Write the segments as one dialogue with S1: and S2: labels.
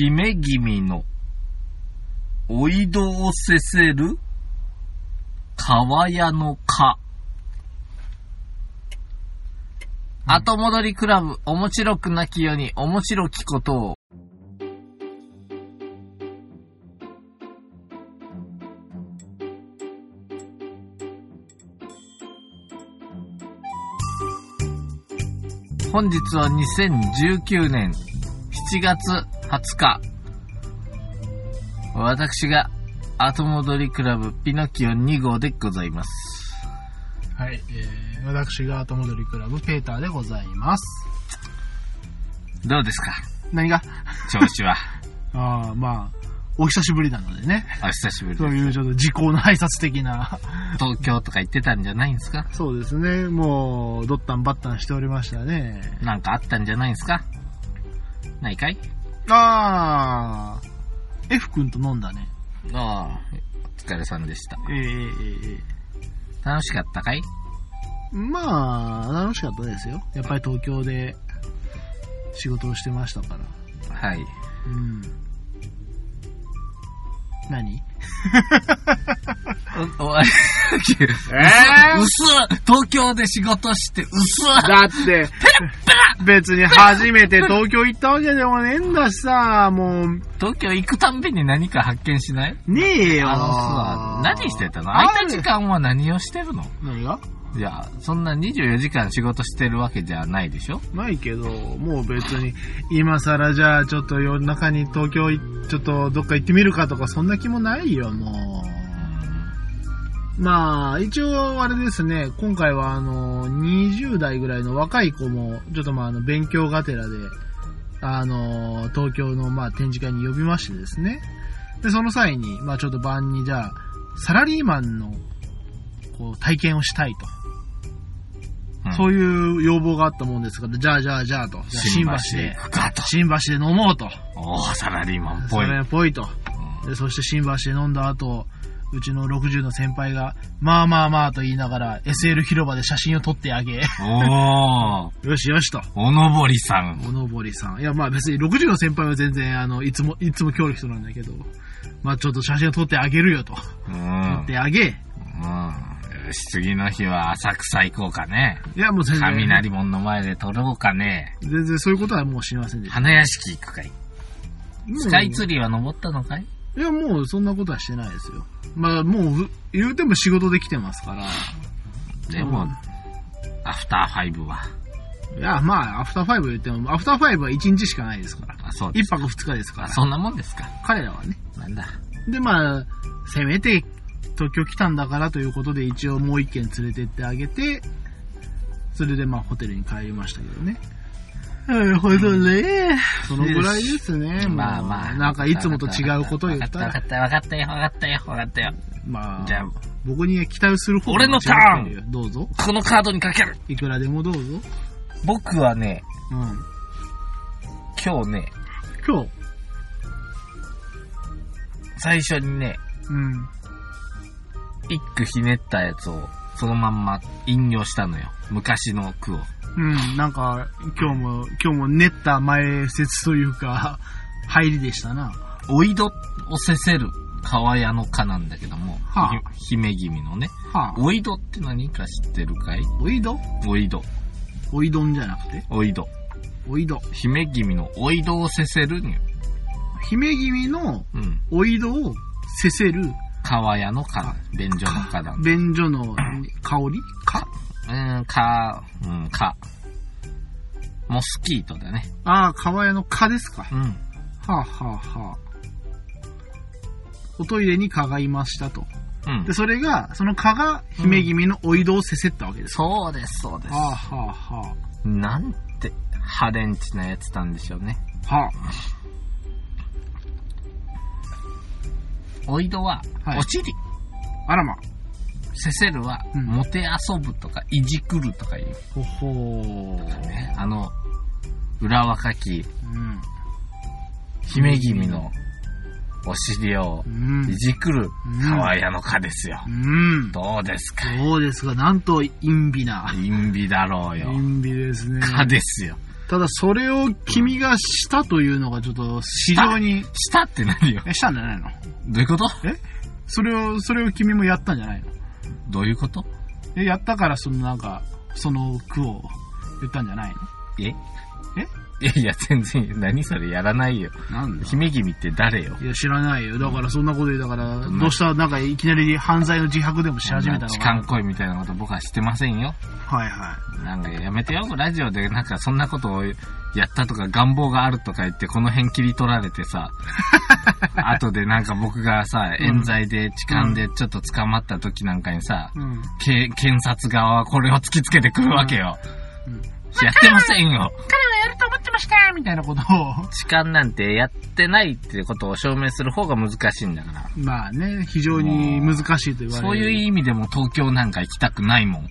S1: 姫君の、おいどをせせる、川屋の蚊。後戻りクラブ、面白くなきように、面白きことを。本日は2019年7月20日。私が後戻りクラブピノキオ2号でございます。
S2: はい、えー、私が後戻りクラブペーターでございます。
S1: どうですか
S2: 何が
S1: 調子は。
S2: ああ、まあ、お久しぶりなので ね。
S1: お久しぶり
S2: そう
S1: で
S2: いうちょっと時効の挨拶的な。
S1: す。東京とか行ってたんじゃないんですか
S2: そうですね、もう、ドッタンバッタンしておりましたね。
S1: なんかあったんじゃないんですかないかい
S2: ああ、F 君と飲んだね。
S1: ああ、お疲れさんでした。
S2: ええええ
S1: 楽しかったかい
S2: まあ、楽しかったですよ。やっぱり東京で仕事をしてましたから。
S1: はい。
S2: うん。何
S1: お、 お、え
S2: え
S1: 薄っ東京で仕事して薄っ
S2: だって、別に初めて東京行ったわけでもねえんだしさ、もう、
S1: 東京行くたんびに何か発見しない
S2: ねえよ。
S1: あのさ、何してたの
S2: あ
S1: 空
S2: れ
S1: いた時間は何をしてるの
S2: 何が
S1: いや、そんな24時間仕事してるわけじゃないでしょ
S2: ないけど、もう別に、今更じゃあちょっと夜中に東京い、ちょっとどっか行ってみるかとか、そんな気もないよ、もう。まあ、一応あれですね、今回はあの、20代ぐらいの若い子も、ちょっとまああの、勉強がてらで、あの、東京のまあ展示会に呼びましてですね。で、その際に、まあちょっと晩にじゃあ、サラリーマンの、こう、体験をしたいと。
S1: うん
S2: そういう要望があったもんですから、じゃあじゃあじゃあと、じゃあ新橋で
S1: 行、くかと。
S2: 新橋で飲もうと。
S1: おおサラリーマンっ
S2: そ
S1: ぽい。
S2: れっぽいと。
S1: うん
S2: でそして新橋で飲んだ後、うちの60の先輩が、まあまあまあと言いながら、SL 広場で写真を撮ってあげ、
S1: おー、
S2: よしよしと。
S1: おのぼりさん。
S2: おのぼりさん。いや、まあ別に60の先輩は全然、あの、いつも、いつも協力人なんだけど、まあちょっと写真を撮ってあげるよと。
S1: う
S2: 撮
S1: ん
S2: っ。てあげ、
S1: うん。よし次の日は浅草行こうかね。
S2: いやもう全然、
S1: 雷門の前で撮ろうかね。
S2: 全然そういうことはもうしませんでした。
S1: 花屋敷行くかい。スカイツ
S2: リ
S1: リーは登ったのかい
S2: いや、もうそんなことはしてないですよ。まあもう、言うても仕事で来てますから。
S1: でも
S2: うん、
S1: アフターファイブは。
S2: いや、まあ、アフターファイブ言っても、アフターファイブは1日しかないですから。
S1: あ、そうで
S2: 1
S1: す。
S2: 泊2日ですか
S1: あ、
S2: ら。
S1: そんなもんですか。
S2: 彼らはね。
S1: なんだ。
S2: で、まあ、せめて東京来たんだからということで、一応もう一軒連れてってあげて、それでまあホテルに帰りましたけどね。なるほどね。そのぐらいですね。
S1: まあ
S2: もう
S1: まあ。
S2: なんかいつもと違うことを言っ
S1: わ
S2: た
S1: かった
S2: ら
S1: わか、ったわかったよ、わかったよ、わかったよ。
S2: まあ、
S1: じゃあ、
S2: 僕に期待する方が
S1: 俺のターン
S2: 間違ってるよどうぞ。
S1: このカードにかける
S2: いくらでもどうぞ。
S1: 僕はね、
S2: うん。
S1: 今日ね、
S2: 今日、
S1: 最初にね、
S2: うん。
S1: 一句ひねったやつを、そのまんま引用したのよ。昔の句を。
S2: うん、なんか、今日も、今日も練った前説というか、入りでしたな。
S1: おいどをせせる川屋の蚊なんだけども、
S2: はあ
S1: ひ姫君のね。
S2: はあ、
S1: おいどって何か知ってるかい
S2: おいど
S1: おいど、
S2: おいどんじゃなくて、
S1: おいど。
S2: おいど。
S1: 姫君のおいどをせせるに、
S2: 姫君の
S1: うん、
S2: おいどをせせる、
S1: 川屋の蚊、便所の蚊だ。
S2: 便所の香りか
S1: うん、蚊、うん、蚊。モスキートだね。
S2: ああ、川屋の蚊ですか。は
S1: うん。
S2: あ、はあはあ、おトイレに蚊がいましたと。
S1: うん
S2: で、。それが、その蚊が姫君のおいどをせせったわけです。
S1: そうです、そうです
S2: は。あ、はあ、は
S1: なんて、ハレンチなやつなんでしょうね。
S2: あ。は
S1: おいどは、
S2: はい
S1: おちり。
S2: あ、あらま。
S1: せせるは、
S2: うん
S1: もてあそぶとか、いじくるとかいう。
S2: ほほー。
S1: ね、あの、裏若き、
S2: うん。
S1: 姫君の、お尻を
S2: う、
S1: い
S2: ん。
S1: じくる
S2: うん、
S1: 川屋の蚊ですよ。
S2: うん。
S1: どうですか
S2: そうですが、なんと、陰微な。
S1: 陰美だろうよ。
S2: 陰微ですね。
S1: 蚊ですよ。
S2: ただ、それを君がしたというのが、ちょっと、非常に、
S1: したって何よ。
S2: え、したんじゃないの
S1: どういうこと
S2: えそれを、それを君もやったんじゃないの
S1: どういうこと
S2: え、やったから、そのなんか、その句を言ったんじゃない
S1: ええいや、全然、何それやらないよ。
S2: のなん
S1: 姫君って誰よ
S2: いや、知らないよ。だから、そんなこと言う、だから、
S1: んな
S2: どうしたなんか、いきなり犯罪の自白でもし始めたの
S1: 痴
S2: か
S1: 漢
S2: な
S1: 恋みたいなこと僕はしてませんよ。
S2: はいは
S1: なんかやめてよ、ラジオでなんかそんなことをやったとか願望があるとか言ってこの辺切り取られて さ、後でなんか僕がさ、
S2: うん
S1: 冤罪で痴漢でちょっと捕まった時なんかにさ、
S2: い。うん。
S1: け検察側はこれを突きつけてくるわけよ。
S2: うんうん
S1: やってませんよ。
S2: 彼はやると思ってましたみたいなことを。
S1: 痴漢なんてやってないってことを証明する方が難しいんだから。
S2: まあね、非常に難しいと言
S1: そ
S2: わ
S1: う
S2: れる。
S1: いう意味でも東京なんか行きたくない もん。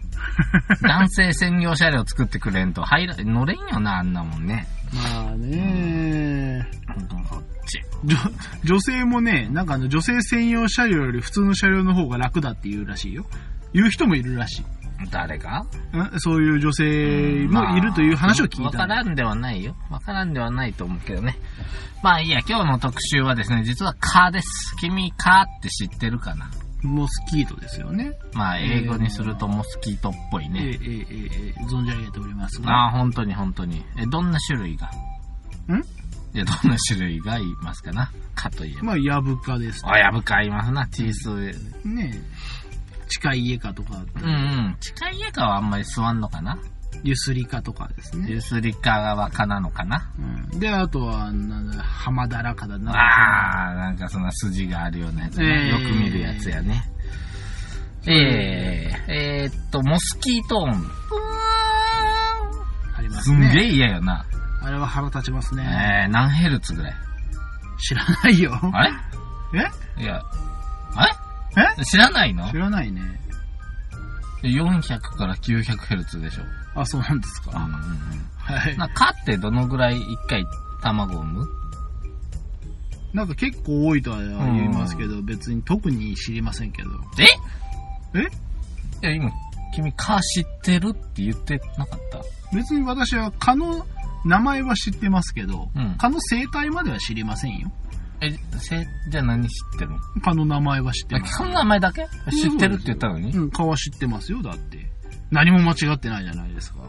S1: 男性専用車両作ってくれんと入ら、乗れんよな、あんなもんね。
S2: まあね、
S1: こっち。
S2: 女女性もね、なんかあの女性専用車両より普通の車両の方が楽だって言うらしいよ。言う人もいるらしい。
S1: 誰が
S2: んそういう女性もいるという話を聞い
S1: わ
S2: た
S1: か
S2: の。
S1: らんではないよ。わからんではないと思うけどね。まあいいや、今日の特集はですね、実は蚊です。君蚊って知ってるかな
S2: モスキートですよね。
S1: まあ英語にするとモスキートっぽい
S2: えええ
S1: ね。
S2: えええ存じ上げておりますが。
S1: ああ、本当に本当に。え、どんな種類が
S2: ん
S1: いや、どんな種類がいますかな蚊といえば。
S2: まあ、ヤブカですと。
S1: 親深いますな、小さい。
S2: ね近い家かとか、
S1: うんうん。近い家かはあんまり吸わんのかな
S2: ゆすりかとかですね。
S1: ユスリカは蚊なのかな
S2: うん、で、あとは、なんだ、浜だらかだな。
S1: ああ、なんかそんな筋があるようなやつ、ね
S2: え
S1: よ
S2: ー
S1: く見るやつやね。えー、えーっと、モスキート音。
S2: ありますす
S1: ん
S2: ね。
S1: げえ嫌よな。
S2: あれは腹立ちますね。
S1: えー、何ヘルツぐらい。
S2: 知らないよ。
S1: あれ
S2: え
S1: いや、あ
S2: え
S1: れ知らないの
S2: 知らないね。
S1: ?400 から900ヘルツでしょ。
S2: あ、そうなんですか。
S1: うんうん
S2: は
S1: う
S2: い
S1: ん。。な、蚊ってどのぐらい一回卵を産む
S2: なんか結構多いとは言いますけど、別に特に知りませんけど。
S1: え
S2: え
S1: いや、今、君蚊知ってるって言ってなかった
S2: 別に私は蚊の名前は知ってますけど、
S1: うん
S2: 蚊の生態までは知りませんよ。
S1: え、せ、じゃあ何知ってるの
S2: 蚊の名前は知って
S1: え
S2: ます。
S1: その名前だけ知ってるって言ったのに
S2: うん、蚊は知ってますよ、だって。何も間違ってないじゃないですか。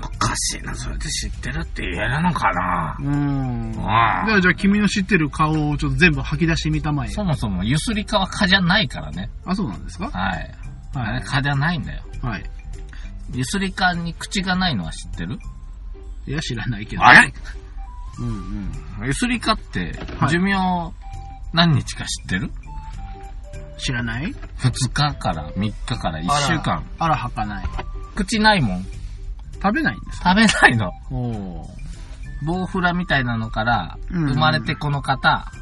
S1: おかしいな、それで知ってるって言えるのかな
S2: うーん。で
S1: ああ
S2: はじゃあ君の知ってる顔をちょっと全部吐き出してみたまえ。
S1: そもそも、ゆすりかは蚊じゃないからね。
S2: あ、そうなんですか
S1: はい。あ
S2: は
S1: れ
S2: い。
S1: 蚊じゃないんだよ。
S2: はい。
S1: ゆすりかに口がないのは知ってる
S2: いや、知らないけど。
S1: あれ
S2: うんうん。
S1: ゆすりかって
S2: は、い
S1: 寿命、何日か知ってる
S2: 知らない
S1: ?2 日から3日から1週間。
S2: あら、あら吐かない。
S1: 口ないもん。
S2: 食べないんですか
S1: 食べないの。
S2: おー
S1: 棒フラみたいなのから、
S2: うん
S1: 生まれてこの方、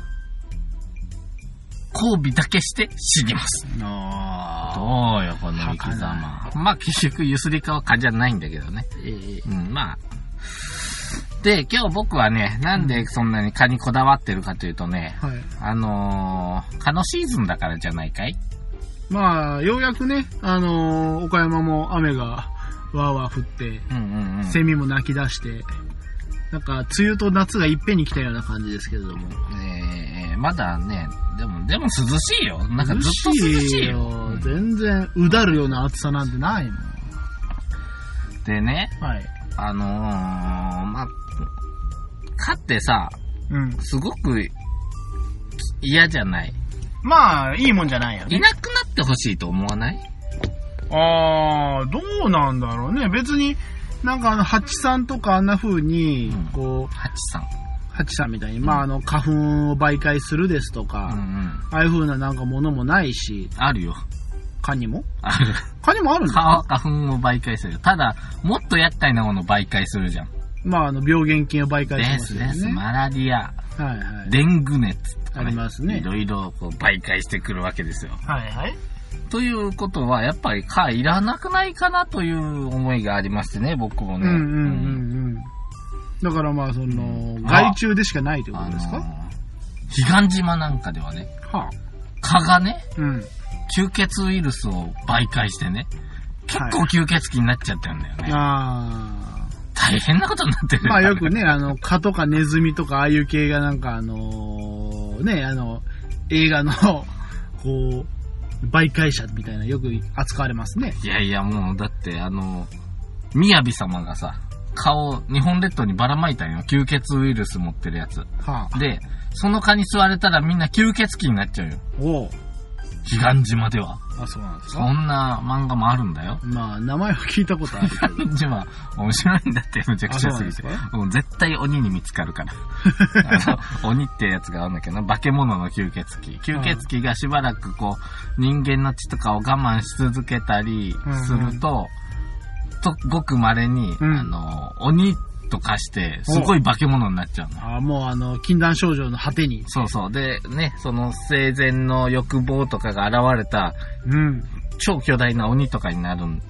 S1: 交尾だけして死にます。ど
S2: あ
S1: うよ、この生き様
S2: 儚。
S1: まあ、結局、ゆすりかは蚊じゃないんだけどね。
S2: ー。ええ
S1: うん、まあ。で、今日僕はね、なんでそんなに蚊にこだわってるかというとね、
S2: はい。
S1: あのー、蚊のシーズンだからじゃないかい
S2: まあ、ようやくね、あのー岡山も雨がわーわー降って、
S1: うんうんうん。
S2: セミも鳴き出して、なんか、梅雨と夏がいっぺんに来たような感じですけれども。
S1: えー、まだね、でも、でも涼しいよ。なんかずっと涼しいよ。うん
S2: 全然、うだるような暑さなんてないもん。
S1: でね、
S2: はい。
S1: あのー、まあ、蚊ってさ、
S2: うん。
S1: すごく嫌じゃない。
S2: まあ、いいもんじゃないよ
S1: い。なくなってほしいと思わない
S2: ああ、どうなんだろうね。別に、なんかあの、蜂さんとかあんな風に、
S1: うん
S2: こ
S1: ハチさん。
S2: う、蜂さんみたいに、まああの、花粉を媒介するですとか、
S1: うんうん。
S2: ああいう風ななんかものもないし、
S1: あるよ。
S2: 蚊にも
S1: ある。
S2: 蚊にもあるんだ
S1: 花花粉を媒介する。ただ、もっと厄介なものを媒介するじゃん。
S2: まあ、あの、病原菌を媒介し
S1: で
S2: ますす
S1: で
S2: よ
S1: す。
S2: ね。
S1: マラリア、
S2: はいはい。
S1: デング熱とか、
S2: ありますね
S1: いろいろこう媒介してくるわけですよ。
S2: はいはい。
S1: ということは、やっぱり蚊いらなくないかなという思いがありましてね、僕も
S2: うん
S1: ね。
S2: うんうんうん。だからまあ、その、
S1: んあ
S2: 害虫でしかないということですか、
S1: あのー彼岸島なんかではね、
S2: はあ。
S1: 蚊がね、
S2: うん。
S1: 吸血ウイルスを媒介してね、結構吸血鬼になっちゃってるんだよね。
S2: ああ。
S1: 大変なことになってる。
S2: まあ よくね、あの、蚊とかネズミとか、ああいう系がなんかあのーね、あの、映画の、こう、媒介者みたいな、よく扱われますね。
S1: いやいや、もう、だって、あの、雅様がさ、顔を日本列島にばらまいたんよ。吸血ウイルス持ってるやつ。
S2: はあ。
S1: で、その蚊に吸われたらみんな吸血鬼になっちゃうよ。
S2: おう
S1: 彼岸島では。
S2: あ、そうなんです
S1: そ
S2: か。
S1: んな漫画もあるんだよ。
S2: まあ、名前は聞いたことある けど。
S1: 彼岸島、面白いんだって、むちゃくちゃすぎて
S2: あそうなんです。
S1: うん絶対鬼に見つかる から。あの鬼ってやつがあるんだけど、化け物の吸血鬼。吸血鬼がしばらくこう、人間の血とかを我慢し続けたりすると、とごく稀に、
S2: うん
S1: あの、鬼と化して、すごい化け物になっちゃうの。
S2: あもうあの、禁断症状の果てに。
S1: そうそう。で、ね、その生前の欲望とかが現れた
S2: うん。
S1: 超巨大な鬼とかになるん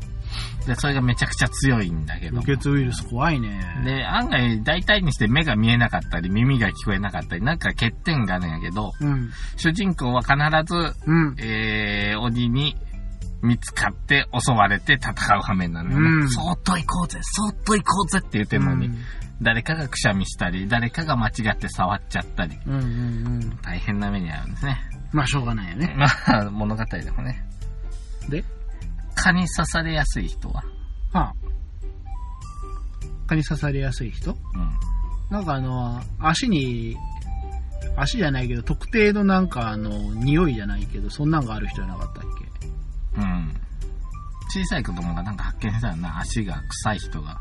S1: で、それがめちゃくちゃ強いんだけども。
S2: 輸血ウイルス怖いね。
S1: で、案外大体にして目が見えなかったり、耳が聞こえなかったり、なんか欠点があるんやけど、
S2: うん。
S1: 主人公は必ず、
S2: うん。
S1: えー、鬼に見つかって襲われて戦う羽目になるよね。
S2: うん
S1: そーっと行こうぜ、そーっと行こうぜって言ってるのに、
S2: うん
S1: 誰かがくしゃみしたり、誰かが間違って触っちゃったり、
S2: うんうんうん。
S1: 大変な目に遭うんですね。
S2: まあ、しょうがないよ ね。
S1: まあ、物語でもね。
S2: で
S1: 蚊に刺されやすい人は、
S2: はあ。蚊に刺されやすい人
S1: うん。
S2: なんかあの、足に、足じゃないけど、特定のなんかあの、匂いじゃないけど、そんなんがある人じゃなかったっけ
S1: うん。小さい子供がなんか発見したよな、足が臭い人が。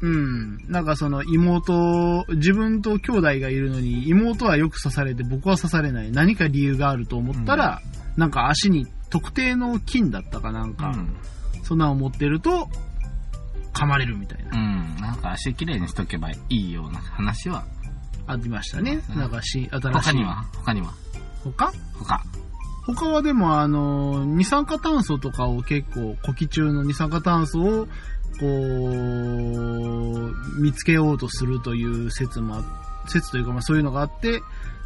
S2: うん。なんかその妹、自分と兄弟がいるのに、妹はよく刺されて、僕は刺されない。何か理由があると思ったら、なんか足に特定の菌だったかなん
S1: う
S2: か、
S1: ん。
S2: そんなんを持ってると、噛まれるみたいな
S1: う。ん。なんか足きれいにしとけばいいような話は。
S2: ありましたね。
S1: うん
S2: なんかし、新しい。
S1: 他には他には
S2: 他
S1: 他。
S2: 他はでもあの二酸化炭素とかを結構呼気中の二酸化炭素をこう見つけようとするという説もあ説というかまあそういうのがあってだ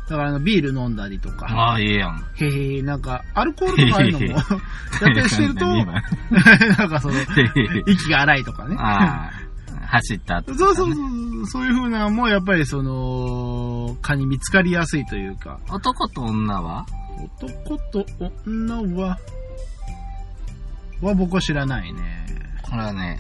S2: からあのビール飲んだりとか、
S1: ああ、いいやん。
S2: へへへ、なんか、アルコールとかああいうのも、
S1: へへへ
S2: やったりし てると、
S1: 何
S2: な
S1: 今
S2: んかその、
S1: へへへ
S2: 息が荒いとかね。
S1: ああ、走った後
S2: そ
S1: とか
S2: うそ
S1: ね
S2: うそうそう、そういう風なのも、やっぱりその、蚊に見つかりやすいというか、
S1: 男と女は
S2: 男と女は、は僕は知らないね。
S1: これはね、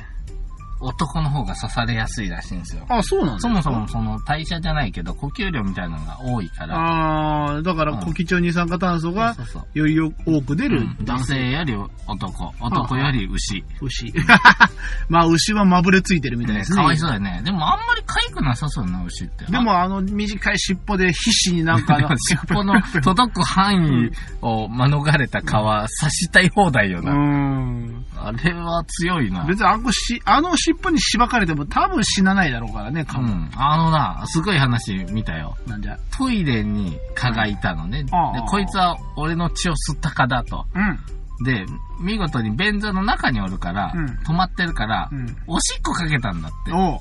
S1: 男の方が刺されやすいらしいんですよ。
S2: あ、そうなんです
S1: そ
S2: か
S1: もそもその代謝じゃないけど、呼吸量みたいなのが多いから、
S2: ああ、だから
S1: うん
S2: 呼気中二酸化炭素が
S1: そうそう
S2: よりよ多く出
S1: そう
S2: る
S1: うん女性より男、男より牛。
S2: 牛。 まあ牛はまぶれついてるみたい
S1: ね
S2: ですね。
S1: かわいそうだよね。でもあんまりかゆくなさそうな牛って。
S2: でもあの短い尻尾で必死になんかあの、
S1: 尻尾の届く範囲を免れた蚊は刺したい放題よ
S2: う
S1: な。
S2: ん。
S1: あれは強いな。
S2: 別にあのしあの尻尾にしばかれても多分死なないだろうからね、
S1: う
S2: カモ。
S1: ん。あのな、すごい話見たよ。
S2: なんじゃ。
S1: トイレに蚊がいたのね。で
S2: ああ、
S1: こいつは俺の血を吸った蚊だと。
S2: う
S1: で、見事に便座の中におるから、
S2: うん
S1: 止まってるから、
S2: ん。
S1: おしっこかけたんだって
S2: うん。。おう。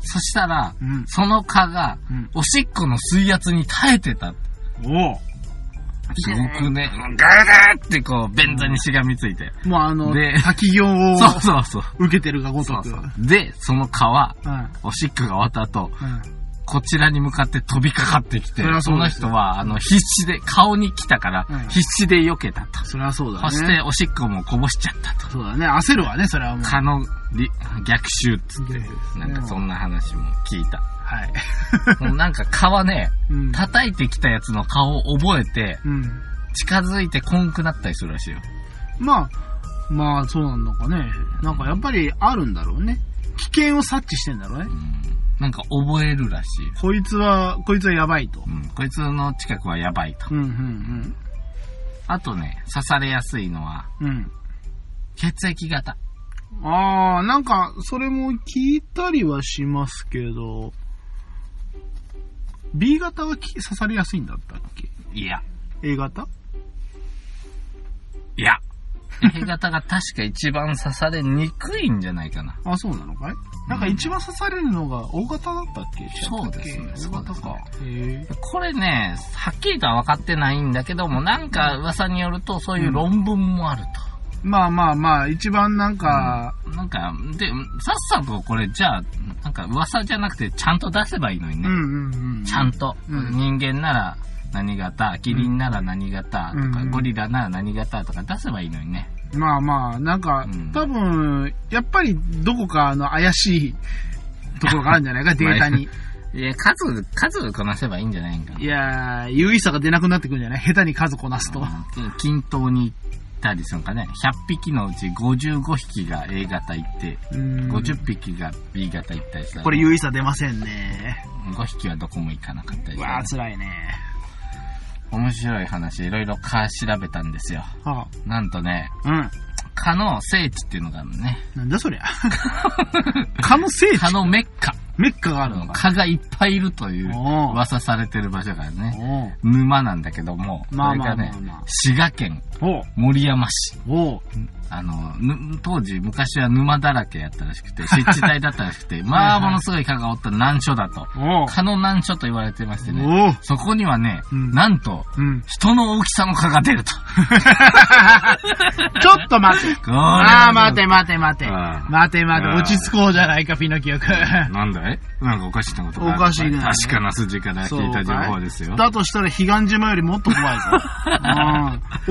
S1: そしたら、
S2: うん。
S1: その蚊が、
S2: うん。
S1: おしっこの水圧に耐えてた。
S2: おう。
S1: すごくね、ガーガーってこう、便座にしがみついて。
S2: もうあの
S1: で、
S2: 滝行を
S1: そうそうそう。
S2: 受けてるがごと
S1: そう
S2: く。
S1: そう。で、その蚊は、
S2: うん。
S1: おしっこが終わった後、
S2: うん
S1: こちらに向かって飛びかかってきて、
S2: そりゃ
S1: そ
S2: そう
S1: の
S2: ですよ
S1: 人は、あの、必死で、顔に来たから、
S2: うん
S1: 必死で避けたと。
S2: そりゃそうだ
S1: そ
S2: ね。
S1: して、おしっこもこぼしちゃったと。
S2: そうだね。焦るわね、それはもう。
S1: 蚊のり逆襲っつって
S2: 逆襲で、すね
S1: なんかそんな話も聞いた。
S2: はい。
S1: もうなんか蚊はね、
S2: うん。
S1: 叩いてきたやつの顔を覚えて、
S2: うん。
S1: 近づいてこんくなったりするらしいよ。
S2: まあ、まあ、そうなのかね。なんかやっぱりあるんだろうね。危険を察知してんだろうね
S1: う。んなんか覚えるらしいよ。
S2: こいつは、こいつはやばいと
S1: う。ん、こいつの近くはやばいと。
S2: うん、うん、
S1: あとね、刺されやすいのは、
S2: うん。うん。
S1: 血液型。
S2: ああ、なんか、それも聞いたりはしますけど、B 型はき刺されやすいんだったっけ
S1: いや、
S2: ?A 型
S1: い や。A 型が確か一番刺されにくいんじゃないかな。
S2: あ、そうなのかいなんか一番刺されるのが O 型だったっけ
S1: そうですね
S2: O 型か。へえ。
S1: これね、はっきりとは分かってないんだけども、なんか噂によるとそういう論文もあると。
S2: まあまあまあ、一番なんか、
S1: なんか、で、さっさとこれ、じゃあ、なんか噂じゃなくて、ちゃんと出せばいいのに
S2: う
S1: ね。
S2: んうんうん。
S1: ちゃんと、
S2: うん
S1: 人間なら何型、キリンなら何型とか、
S2: うん
S1: ゴリラなら何型とか出せばいいのにね。
S2: まあまあ、なんか、
S1: うん
S2: 多分、やっぱりどこかあの怪しいところがあるん じゃないか、データに。
S1: いや、数、数こなせばいいんじゃないんかな。
S2: いやー、優位さが出なくなってくるんじゃない下手に数こなすと。
S1: うん均等にいったりするのかね。100匹のうち55匹が A 型いって、
S2: うん
S1: 50匹が B 型いったりしたら、
S2: これ優位さ出ませんね。
S1: 5匹はどこも行かなかったり
S2: う
S1: し
S2: わー、
S1: て、
S2: 辛いね。
S1: 面白い話、いろいろか調べたんですよ。
S2: は
S1: なんとね、
S2: あ、うん。
S1: 蚊の聖地っていうのがあるのね。
S2: なんだそりゃ。蚊の聖地
S1: 蚊のメッカ。
S2: メッカがあ
S1: あ
S2: るの
S1: の、
S2: か。
S1: 蚊がいっぱいいるという
S2: おー
S1: 噂されてる場所があるね。
S2: おう
S1: 沼なんだけども、
S2: まあまあ
S1: それが
S2: まあ
S1: ね
S2: まあ、
S1: 滋賀県
S2: おう
S1: 森山市。
S2: おう
S1: あの、ぬ当時、昔は沼だらけやったらしくて、湿地帯だったらしく て、まあ、ものすごい蚊がおった難所だと。
S2: おう
S1: 蚊の難所と言われてましてね。
S2: おう
S1: そこにはね、
S2: うん
S1: なんと、
S2: うん。
S1: 人の大きさの蚊が出ると。
S2: ちょっと待て。ああ、待て待て待て。
S1: ああ
S2: 待て待て。
S1: ああ
S2: 落ち着こうじゃないか、ピノキオくん。
S1: なんだいなんかおかしなことがある
S2: おかしいね
S1: 確かな筋から聞いた情報ですよ。
S2: だとしたら、彼岸島よりもっと 怖いぞ。う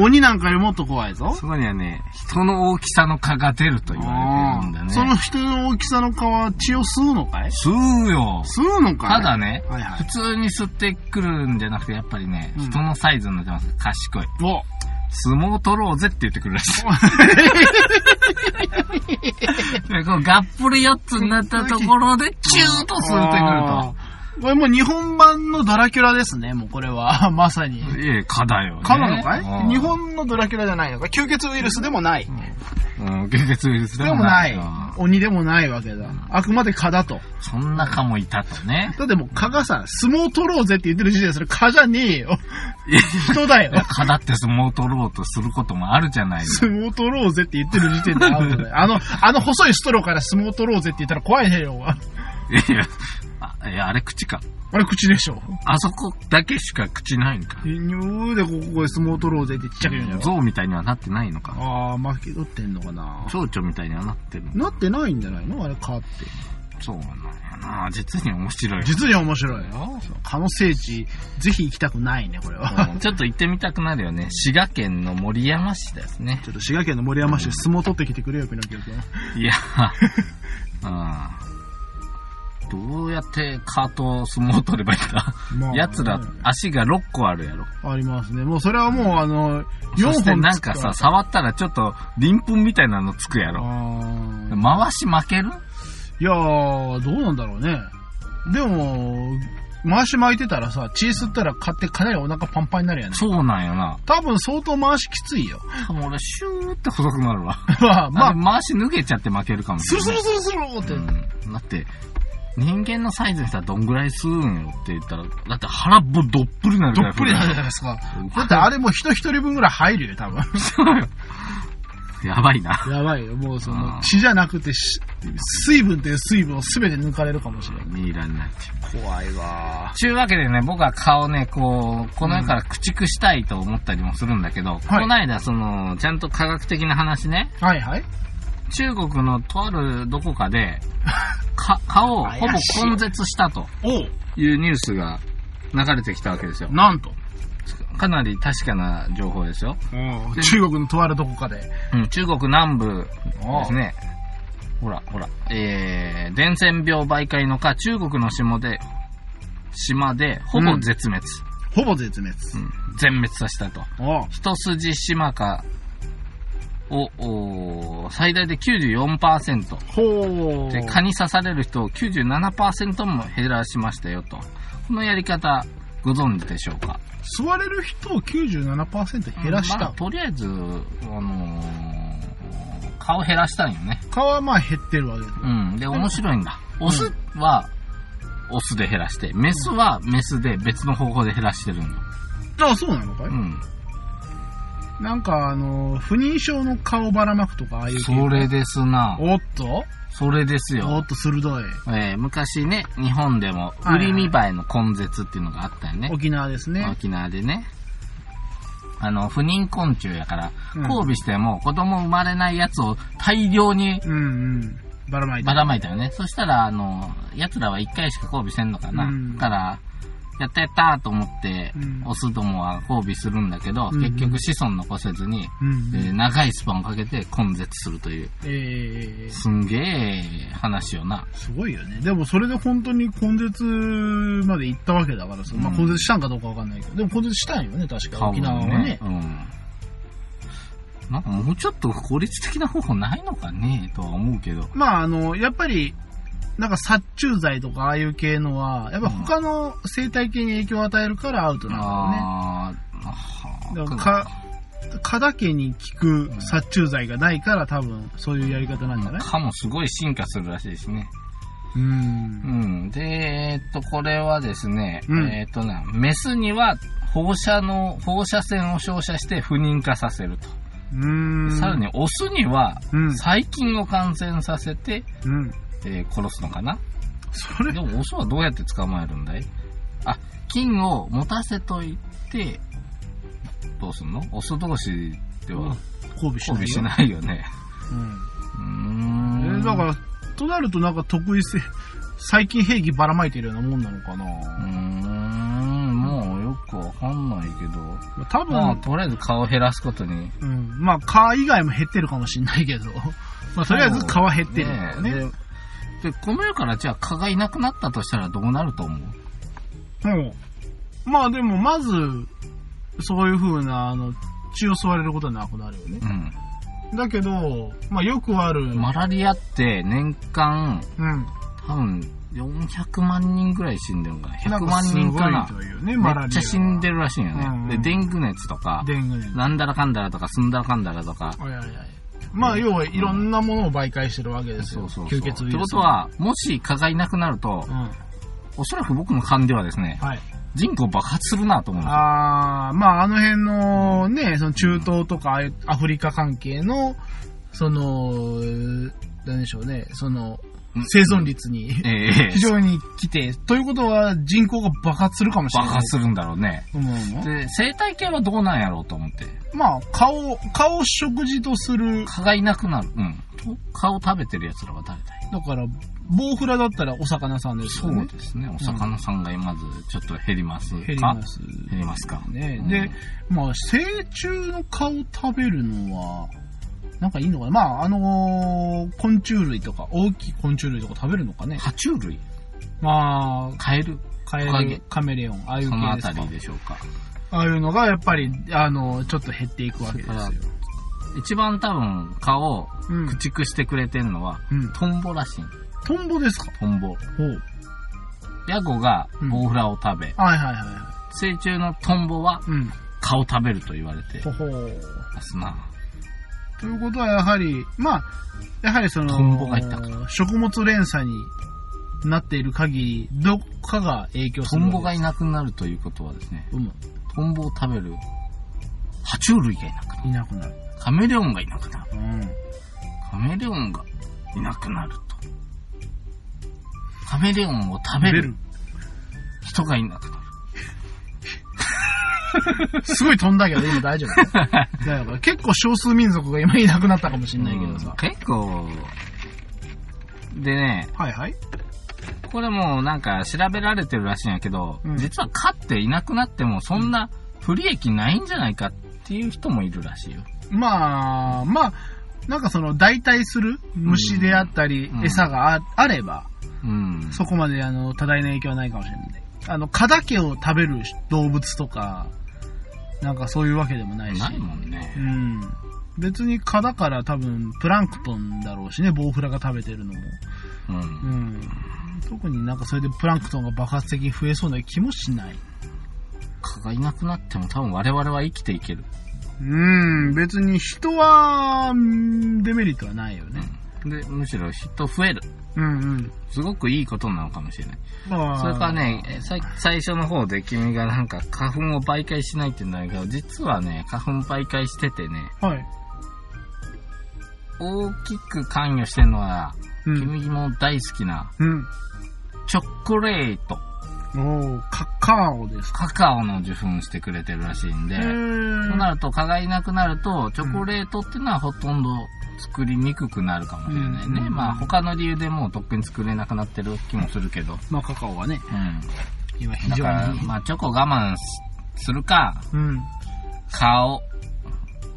S2: ん鬼なんかよりもっと怖いぞ。
S1: そこにはね、人の大きさの蚊が出ると言われてるんだ
S2: うん
S1: ね。
S2: その人の大きさの皮は血を吸うのかい
S1: 吸うよ。
S2: 吸うのかい
S1: ただね、
S2: はいは
S1: 普
S2: い。
S1: 通に吸ってくるんじゃなくて、やっぱりね、
S2: うん
S1: 人のサイズになってますから賢い。
S2: お
S1: 相撲取ろうぜって言ってくるらしい。で このがっぷり四つになったところで、チューッと吸って
S2: あーこれもう日本版のドラキュラですね、もうこれは。 まさに。
S1: くると。いえ、蚊だよ、ね。
S2: 蚊なのかい
S1: うん
S2: 日本のドラキュラじゃないのか吸血ウイルスでもない。
S1: うん、下血ウイルスで
S2: で
S1: も
S2: も
S1: な。
S2: ないい
S1: うん。
S2: 鬼でもないわけだ。あくまで蚊だと。
S1: そんな蚊もいたと ね。
S2: だってもう蚊がさ、相撲取ろうぜって言ってる時点でそれ蚊じゃねえよ。人だよ。
S1: 蚊だって相撲取ろうとすることもあるじゃない
S2: 相撲取ろうぜって言ってる時点でアウトだ よ。あの、あの細いストローから相撲取ろうぜって言ったら怖いねよ。
S1: の。いや、あいやあれ口か。
S2: あれ口でしょ。
S1: あそこだけしか口ないんか。
S2: にゅーでここで相撲取ろうぜってちっちゃく言うんだよ。
S1: 象みたいにはなってないのか。
S2: あー、負け取ってんのかな
S1: 蝶々みたいにはなってるの
S2: なってないんじゃないのあれ蚊って。
S1: そうなんやな。実に面白い。
S2: 実に面白いよ。蚊の聖地、ぜひ行きたくないね、これは。
S1: うんちょっと行ってみたくなるよね。滋賀県の森山市ですね。
S2: ちょっと滋賀県の森山市で相撲取ってきてくれよ、ピノキオ君。
S1: いや、 うん。どうやってカート相撲取ればいいんだ
S2: まあね
S1: やつら足が6個あるやろ。
S2: ありますね。もうそれはもうあの、4
S1: そして
S2: 本
S1: なんかさ、触ったらちょっと鱗粉みたいなのつくやろ。
S2: あー
S1: 回し負ける
S2: いやー、どうなんだろうね。でも、回し巻いてたらさ、血吸ったら買ってかなりお腹パンパンになるやね。
S1: そうなんよな。
S2: 多分相当回しきついよ。
S1: 多分俺シューって細くなるわ。
S2: まあ、 ま
S1: ま
S2: あ
S1: あ、、回し抜けちゃって負けるかもし
S2: ス
S1: れ
S2: ルス
S1: ない
S2: ル。スルスルって。
S1: うん、だって、人間のサイズにしたらどんぐらい吸うんよって言ったら、だって腹ぼどっぷりなる
S2: ど
S1: から
S2: っぷりなんじ ゃないですか。だってあれもう人一人分ぐらい入るよ、多分。
S1: やばいな。
S2: やばいよ、もうそ
S1: あ
S2: の
S1: ー
S2: 血じゃなくてし、水分っていう水分を全て抜かれるかもしれない。
S1: ミイラになっちゃう。
S2: 怖いわ
S1: ちゅうわけでね、僕は顔ね、こう、この世から駆逐したいと思ったりもするんだけど、この間、その、ちゃんと科学的な話ね、
S2: はいはい。
S1: 中国のとあるどこかで、か顔をほぼ
S2: 怪しい
S1: 根絶したと
S2: お
S1: いうニュースが流れてきたわけですよ。
S2: なんと。
S1: かなり確かな情報ですよ。で
S2: 中国のとあるどこかで。
S1: うん、中国南部ですね。ほら、ほら。えー、伝染病媒介のか、中国の島で、島で、ほぼ絶滅、
S2: ほぼ絶滅。
S1: うん全滅させたと。
S2: おう
S1: 一筋島かを、おー最大で94%。
S2: ほう。
S1: で、蚊に刺される人を97%も減らしましたよと。このやり方、ご存知でしょうか
S2: 座れる人を97%減らし
S1: まあ
S2: た。
S1: とりあえず、あのー顔減らしたんよね。
S2: 蚊はまあ減ってるわけだ。
S1: うん。で、面白いんだ。オスは、オスで減らして、メスはメスで別の方法で減らしてるんだ。
S2: あ、そうなのかい、
S1: うん。
S2: なんかあの、不妊症の蚊をばらまくとか、ああいう系。
S1: それですな。
S2: おっと
S1: それです
S2: お
S1: よ。
S2: っと、鋭い。
S1: えー昔ね、日本でも、
S2: いはい
S1: ウリミバエの根絶っていうのがあったよね。
S2: 沖縄ですね。
S1: 沖縄でね。あの、不妊昆虫やから、
S2: うん
S1: 交尾しても子供生まれないやつを大量に
S2: うんうん。ばらまいた。
S1: ばらまいたよね。そしたら、あの、奴らは一回しか交尾せんのかな。
S2: うん
S1: だから、やったやったーと思って、
S2: うん
S1: オスどもは交尾するんだけど、
S2: うん
S1: 結局子孫残せずに、
S2: うんうん。
S1: えー長いスパンをかけて根絶するという、
S2: ええ
S1: すんげえ話よな。
S2: すごいよね。でもそれで本当に根絶まで行ったわけだからさ、まあ
S1: うん
S2: 根絶したんかどうかわかんないけど、でも根絶したんよね、確か。沖縄はね
S1: 多。分うん。なんかもうちょっと効率的な方法ないのかねとは思うけど。
S2: まああの、やっぱり、なんか殺虫剤とかああいう系のは、やっぱ他の生態系に影響を与えるからアウトなんだ
S1: あーあ
S2: よね。だ
S1: ー
S2: からか、蚊だけに効く殺虫剤がないから多分そういうやり方なんじゃない
S1: かもすごい進化するらしいですね。
S2: う。
S1: うんん。で、えーっと、これはですね、
S2: うん
S1: えーっとな、メスには放射の、放射線を照射して不妊化させると。
S2: うん。
S1: さらに、オスには
S2: うん。
S1: 細菌を感染させて、
S2: うん。
S1: えー殺すのかな
S2: そ れ
S1: で、も、オスはどうやって捕まえるんだいあ、菌を持たせといて、どうすんのオス同士では
S2: 交尾し
S1: 交
S2: な
S1: 尾
S2: い
S1: し
S2: よ。
S1: ないよね。
S2: うん。
S1: うーん。
S2: えーだから、となるとなんか得意性、最近兵器ばらまいてるようなもんなのかな、
S1: うーん、もうよくわかんないけど。
S2: まあ多分、
S1: まあ、とりあえず顔減らすことに。
S2: うん、まあ、蚊以外も減ってるかもしんないけど、 まあ、とりあえず蚊は減ってるんだよね。
S1: ねで、この世からじゃあ蚊がいなくなったとしたらどうなると思う
S2: うん。まあでも、まず、そういう風な、あの、血を吸われることはなくなるよね
S1: う。ん。
S2: だけど、まあよくある、
S1: マラリアって年間
S2: うん。
S1: 多分400万人ぐらい死んでるのかな。100
S2: なん
S1: 万人かな
S2: す。ごいというね、マラリア
S1: め
S2: は
S1: っちゃ死んでるらしいよね。
S2: うんうん
S1: で、デング熱とか、
S2: デング熱。
S1: なんだらかんだらとか、すんだらかんだらとか。
S2: おいおいおいまあ、要はいろんなものを媒介してるわけです
S1: そ
S2: よ。
S1: うそうそう。
S2: 吸血ウイルス。
S1: ってこと、は、もし蚊がいなくなると
S2: う、ん。
S1: おそらく僕の勘ではですね、
S2: はい。
S1: 人口爆発するなと思うんですよ
S2: あーまああの辺のね、その中東とかああいうアフリカ関係の、その、何でしょうね、その
S1: うん、
S2: 生存率に
S1: ええ
S2: 非常に来て、ということは人口が爆発するかもしれ
S1: 爆
S2: ない。
S1: 発するんだろうね。
S2: うん
S1: で、生態系はどうなんやろうと思って。
S2: まあ、顔、顔を食事とする。
S1: 蚊がいなくなる。うん。蚊を食べてる奴らは誰だい
S2: だから、ボウフラだったらお魚さんです
S1: そ
S2: よ
S1: う
S2: ね。
S1: ですね。お魚さんがまずちょっと減りますか
S2: 減ります。
S1: 減りますか。
S2: ね
S1: うん
S2: で、まあ、成虫の蚊を食べるのは、なんかいいのかなまあ、あのー昆虫類とか、大きい昆虫類とか食べるのかね
S1: 爬虫類
S2: まあ、
S1: カエル
S2: カエ
S1: トカ
S2: ル
S1: ゲ、
S2: カメレオン、ああいう
S1: その
S2: 系
S1: あ
S2: です
S1: た
S2: か
S1: り。でしょうか。
S2: ああいうのが、やっぱり、あの、ちょっと減っていくわけですよ。
S1: それか一番多分蚊を
S2: うん
S1: 駆逐してくれてるのは、
S2: うん。
S1: トンボらしい。
S2: トンボですか
S1: トンボ。
S2: ほう。
S1: ヤゴが
S2: うん
S1: ボウフラを食べ、
S2: はいはいはいは。
S1: 成虫のトンボはい
S2: うん。
S1: 蚊を食べると言われて
S2: ほほう。
S1: ますな。
S2: ということは、やはり、まあ、やはりその、
S1: トンボがいたか
S2: 食物連鎖になっている限り、どっかが影響す
S1: ト
S2: るわ
S1: ン
S2: けで
S1: ボ
S2: す。
S1: がいなくなるということはですね、
S2: うん
S1: トンボを食べる爬虫類がいなくなる。
S2: いなくなる。
S1: カメレオンがいなくなる。
S2: うん。
S1: カメレオンがいなくなると。カメレオンを食べる人がいなくなる。
S2: すごい飛んだけど、今大丈夫 だから結構少数民族が今いなくなったかもしれないけどさ。
S1: 結構、でね、
S2: はいはい。
S1: これもうなんか調べられてるらしいんやけど、
S2: うん
S1: 実は飼っていなくなってもそんな不利益ないんじゃないかっていう人もいるらしいよ。
S2: まあ、まあ、なんかその代替する虫であったり、
S1: うん
S2: 餌がああれば、
S1: うん。
S2: そこまであの多大な影響はないかもしれない。あの、蚊だけを食べる動物とか、なんかそういうわけでもないし。
S1: ないもんね
S2: う。ん。別に蚊だから多分プランクトンだろうしね、ボウフラが食べてるのも。
S1: うん
S2: うん。特になんかそれでプランクトンが爆発的に増えそうな気もしない。
S1: 蚊がいなくなっても多分我々は生きていける。
S2: うん、別に人は、うんデメリットはないよね。
S1: で、むしろ人増える。
S2: うんうん。
S1: すごくいいことなのかもしれない。
S2: まあ
S1: それから、ね、えさい最初の方で君がなんか花粉を媒介しないって言うんだけど、実はね、花粉媒介しててね、
S2: はい。
S1: 大きく関与してるのは、
S2: うん。
S1: 君も大好きな
S2: うん。
S1: チョコレート。
S2: おーカッカオですか。
S1: カカオの受粉してくれてるらしいんで、
S2: へー
S1: そうなると蚊がいなくなると、チョコレートってのはほとんど作りにくくなるかもしれないね。
S2: うん
S1: まあ他の理由でもうとっくに作れなくなってる気もするけど。
S2: まあ、カカオはね、
S1: うん。
S2: 今非
S1: だ
S2: 常
S1: から、
S2: に。
S1: まあチョコ我慢しするか、
S2: うん。
S1: 蚊を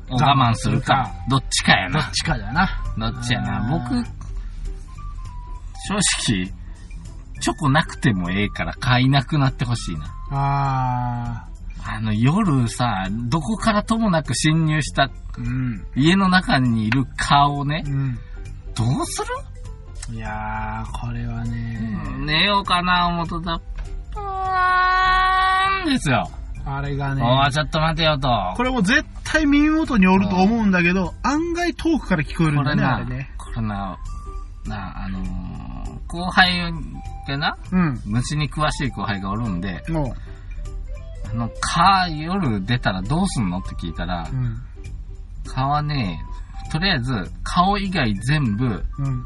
S1: を我慢するか、どっちかや
S2: ど
S1: な
S2: っ。ちかだな。
S1: どっちやな。
S2: あ
S1: 僕
S2: ー、
S1: 正直、チョコなくてもええから買いなくなってほしいな。
S2: あ
S1: あの、夜さ、どこからともなく侵入した
S2: ー。うん。
S1: 家の中にいる蚊をね
S2: う、ん。
S1: どうする、
S2: いやー、これはね、
S1: 寝ようかな、思うとだ。パーンですよ。
S2: あれがね、
S1: おー、ちょっと待てよと。
S2: これも絶対耳元におると思うんだけど、案外遠くから聞こえるんだね、
S1: な、
S2: あれね。
S1: これな、な、あのー後輩がな、
S2: うん。
S1: 虫に詳しい後輩がおるんで、
S2: も
S1: あの、蚊、夜出たらどうすんのって聞いたら
S2: う。う、ん。
S1: 蚊はね、とりあえず、顔以外全部、
S2: うん。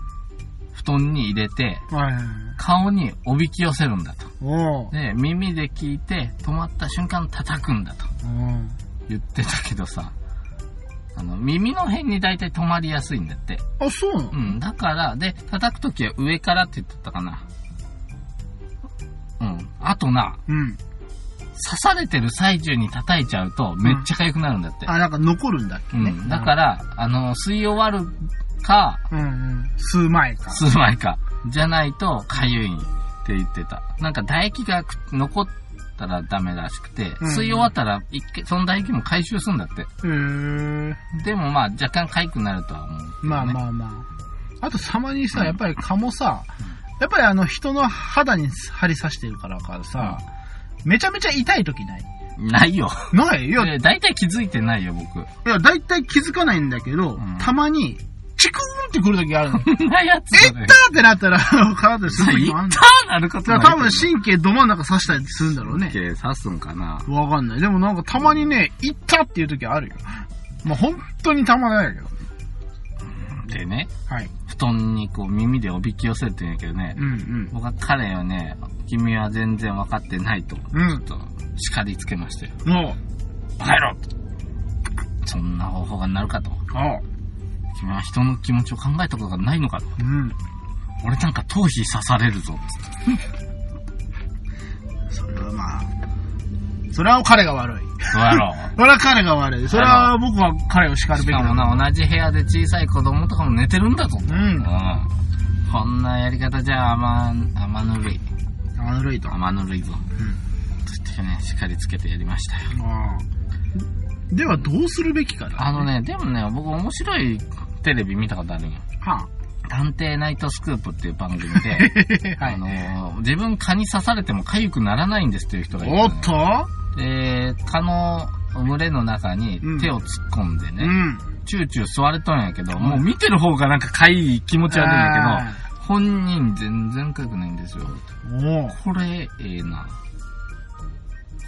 S1: 布団に入れて、
S2: はいはいはい。
S1: 顔におびき寄せるんだと。
S2: おう。
S1: で、耳で聞いて、止まった瞬間叩くんだと
S2: うん。
S1: 言ってたけどさ、あの、耳の辺に大体止まりやすいんだって。
S2: あ、そうなの
S1: うん、だから、で、叩くときは上からって言ってたかな。うん。あとな、
S2: うん。
S1: 刺されてる最中に叩いちゃうと、めっちゃ痒くなるんだって。
S2: あ、なんか残るんだっけ
S1: うん。
S2: ね。
S1: だから、あの、吸い終わるか、
S2: うんうん。吸う前か。
S1: 数枚か。じゃないと、かゆいって言ってた。なんか唾液がく残ったらダメらしくて、
S2: うん
S1: 吸い終わったら一回、その唾液も回収するんだって。
S2: へー。
S1: でもまあ、若干かゆくなるとは思う、
S2: まあ
S1: あ。
S2: まあまあ。あとたまに
S1: う
S2: さ、
S1: ん
S2: やっぱり蚊もさ、やっぱりあの人の肌に針刺してるからかさ、めちゃめちゃ痛い時ない
S1: ないよ。
S2: ないいや、い
S1: だいたい気づいてないよ、僕。
S2: や、だいたい気づかないんだけど、
S1: ん
S2: たまに、チクーンってくる時があるの。えっ
S1: そんなやつ
S2: た
S1: だ
S2: ー
S1: ね
S2: ってなったら、 体です る時
S1: 一
S2: もある
S1: 旦
S2: んだ。
S1: なること
S2: だ
S1: ない
S2: から多分神経ど真ん中刺したりするんだろうね。
S1: 経刺すんかな。
S2: わかんない。でもなんかたまにね、行ったっていう時あるよ。まあ、本当にたまらないけど。
S1: でね、
S2: はい。
S1: 布団にこう耳でおびき寄せるって言うんやけどね、
S2: うんうん。
S1: 僕は彼をね、君は全然分かってないと、
S2: うん
S1: ちょっと叱りつけましたよ。
S2: も
S1: 帰ろうそんな方法がなるかと。
S2: う、ああ。
S1: 君は人の気持ちを考えたことがないのかと。
S2: うん。
S1: 俺なんか頭皮刺されるぞ。
S2: それはまあ、それは彼が悪い。
S1: そうや ろ。
S2: それは彼が悪い。それは僕は彼を叱る
S1: し
S2: べき
S1: か
S2: だ
S1: も
S2: な。
S1: な、同じ部屋で小さい子供とかも寝てるんだぞ。
S2: う。
S1: うんん。こんなやり方じゃ甘、甘ぬるい。
S2: 悪いと。あ
S1: 甘ぬるいぞ。つってね、叱りつけてやりましたよ。
S2: あ。ではどうするべきかだ。
S1: あのね、でもね、僕面白いテレビ見たことあるんよ。
S2: は
S1: 探偵ナイトスクープっていう番組で、
S2: あ。 は
S1: あ
S2: い。
S1: のー自分蚊に刺されても痒くならないんですっていう人がいるの
S2: お
S1: よ、
S2: っと
S1: えー、蚊の群れの中に
S2: うん
S1: 手を突っ込んで
S2: う
S1: ね、
S2: ん。
S1: チューチュー吸われとんやけど、もう見てる方がなんかかい気持ち悪いんや
S2: あ
S1: けど、本人全然かゆくないんですよ。
S2: ーおう
S1: これ、ええな。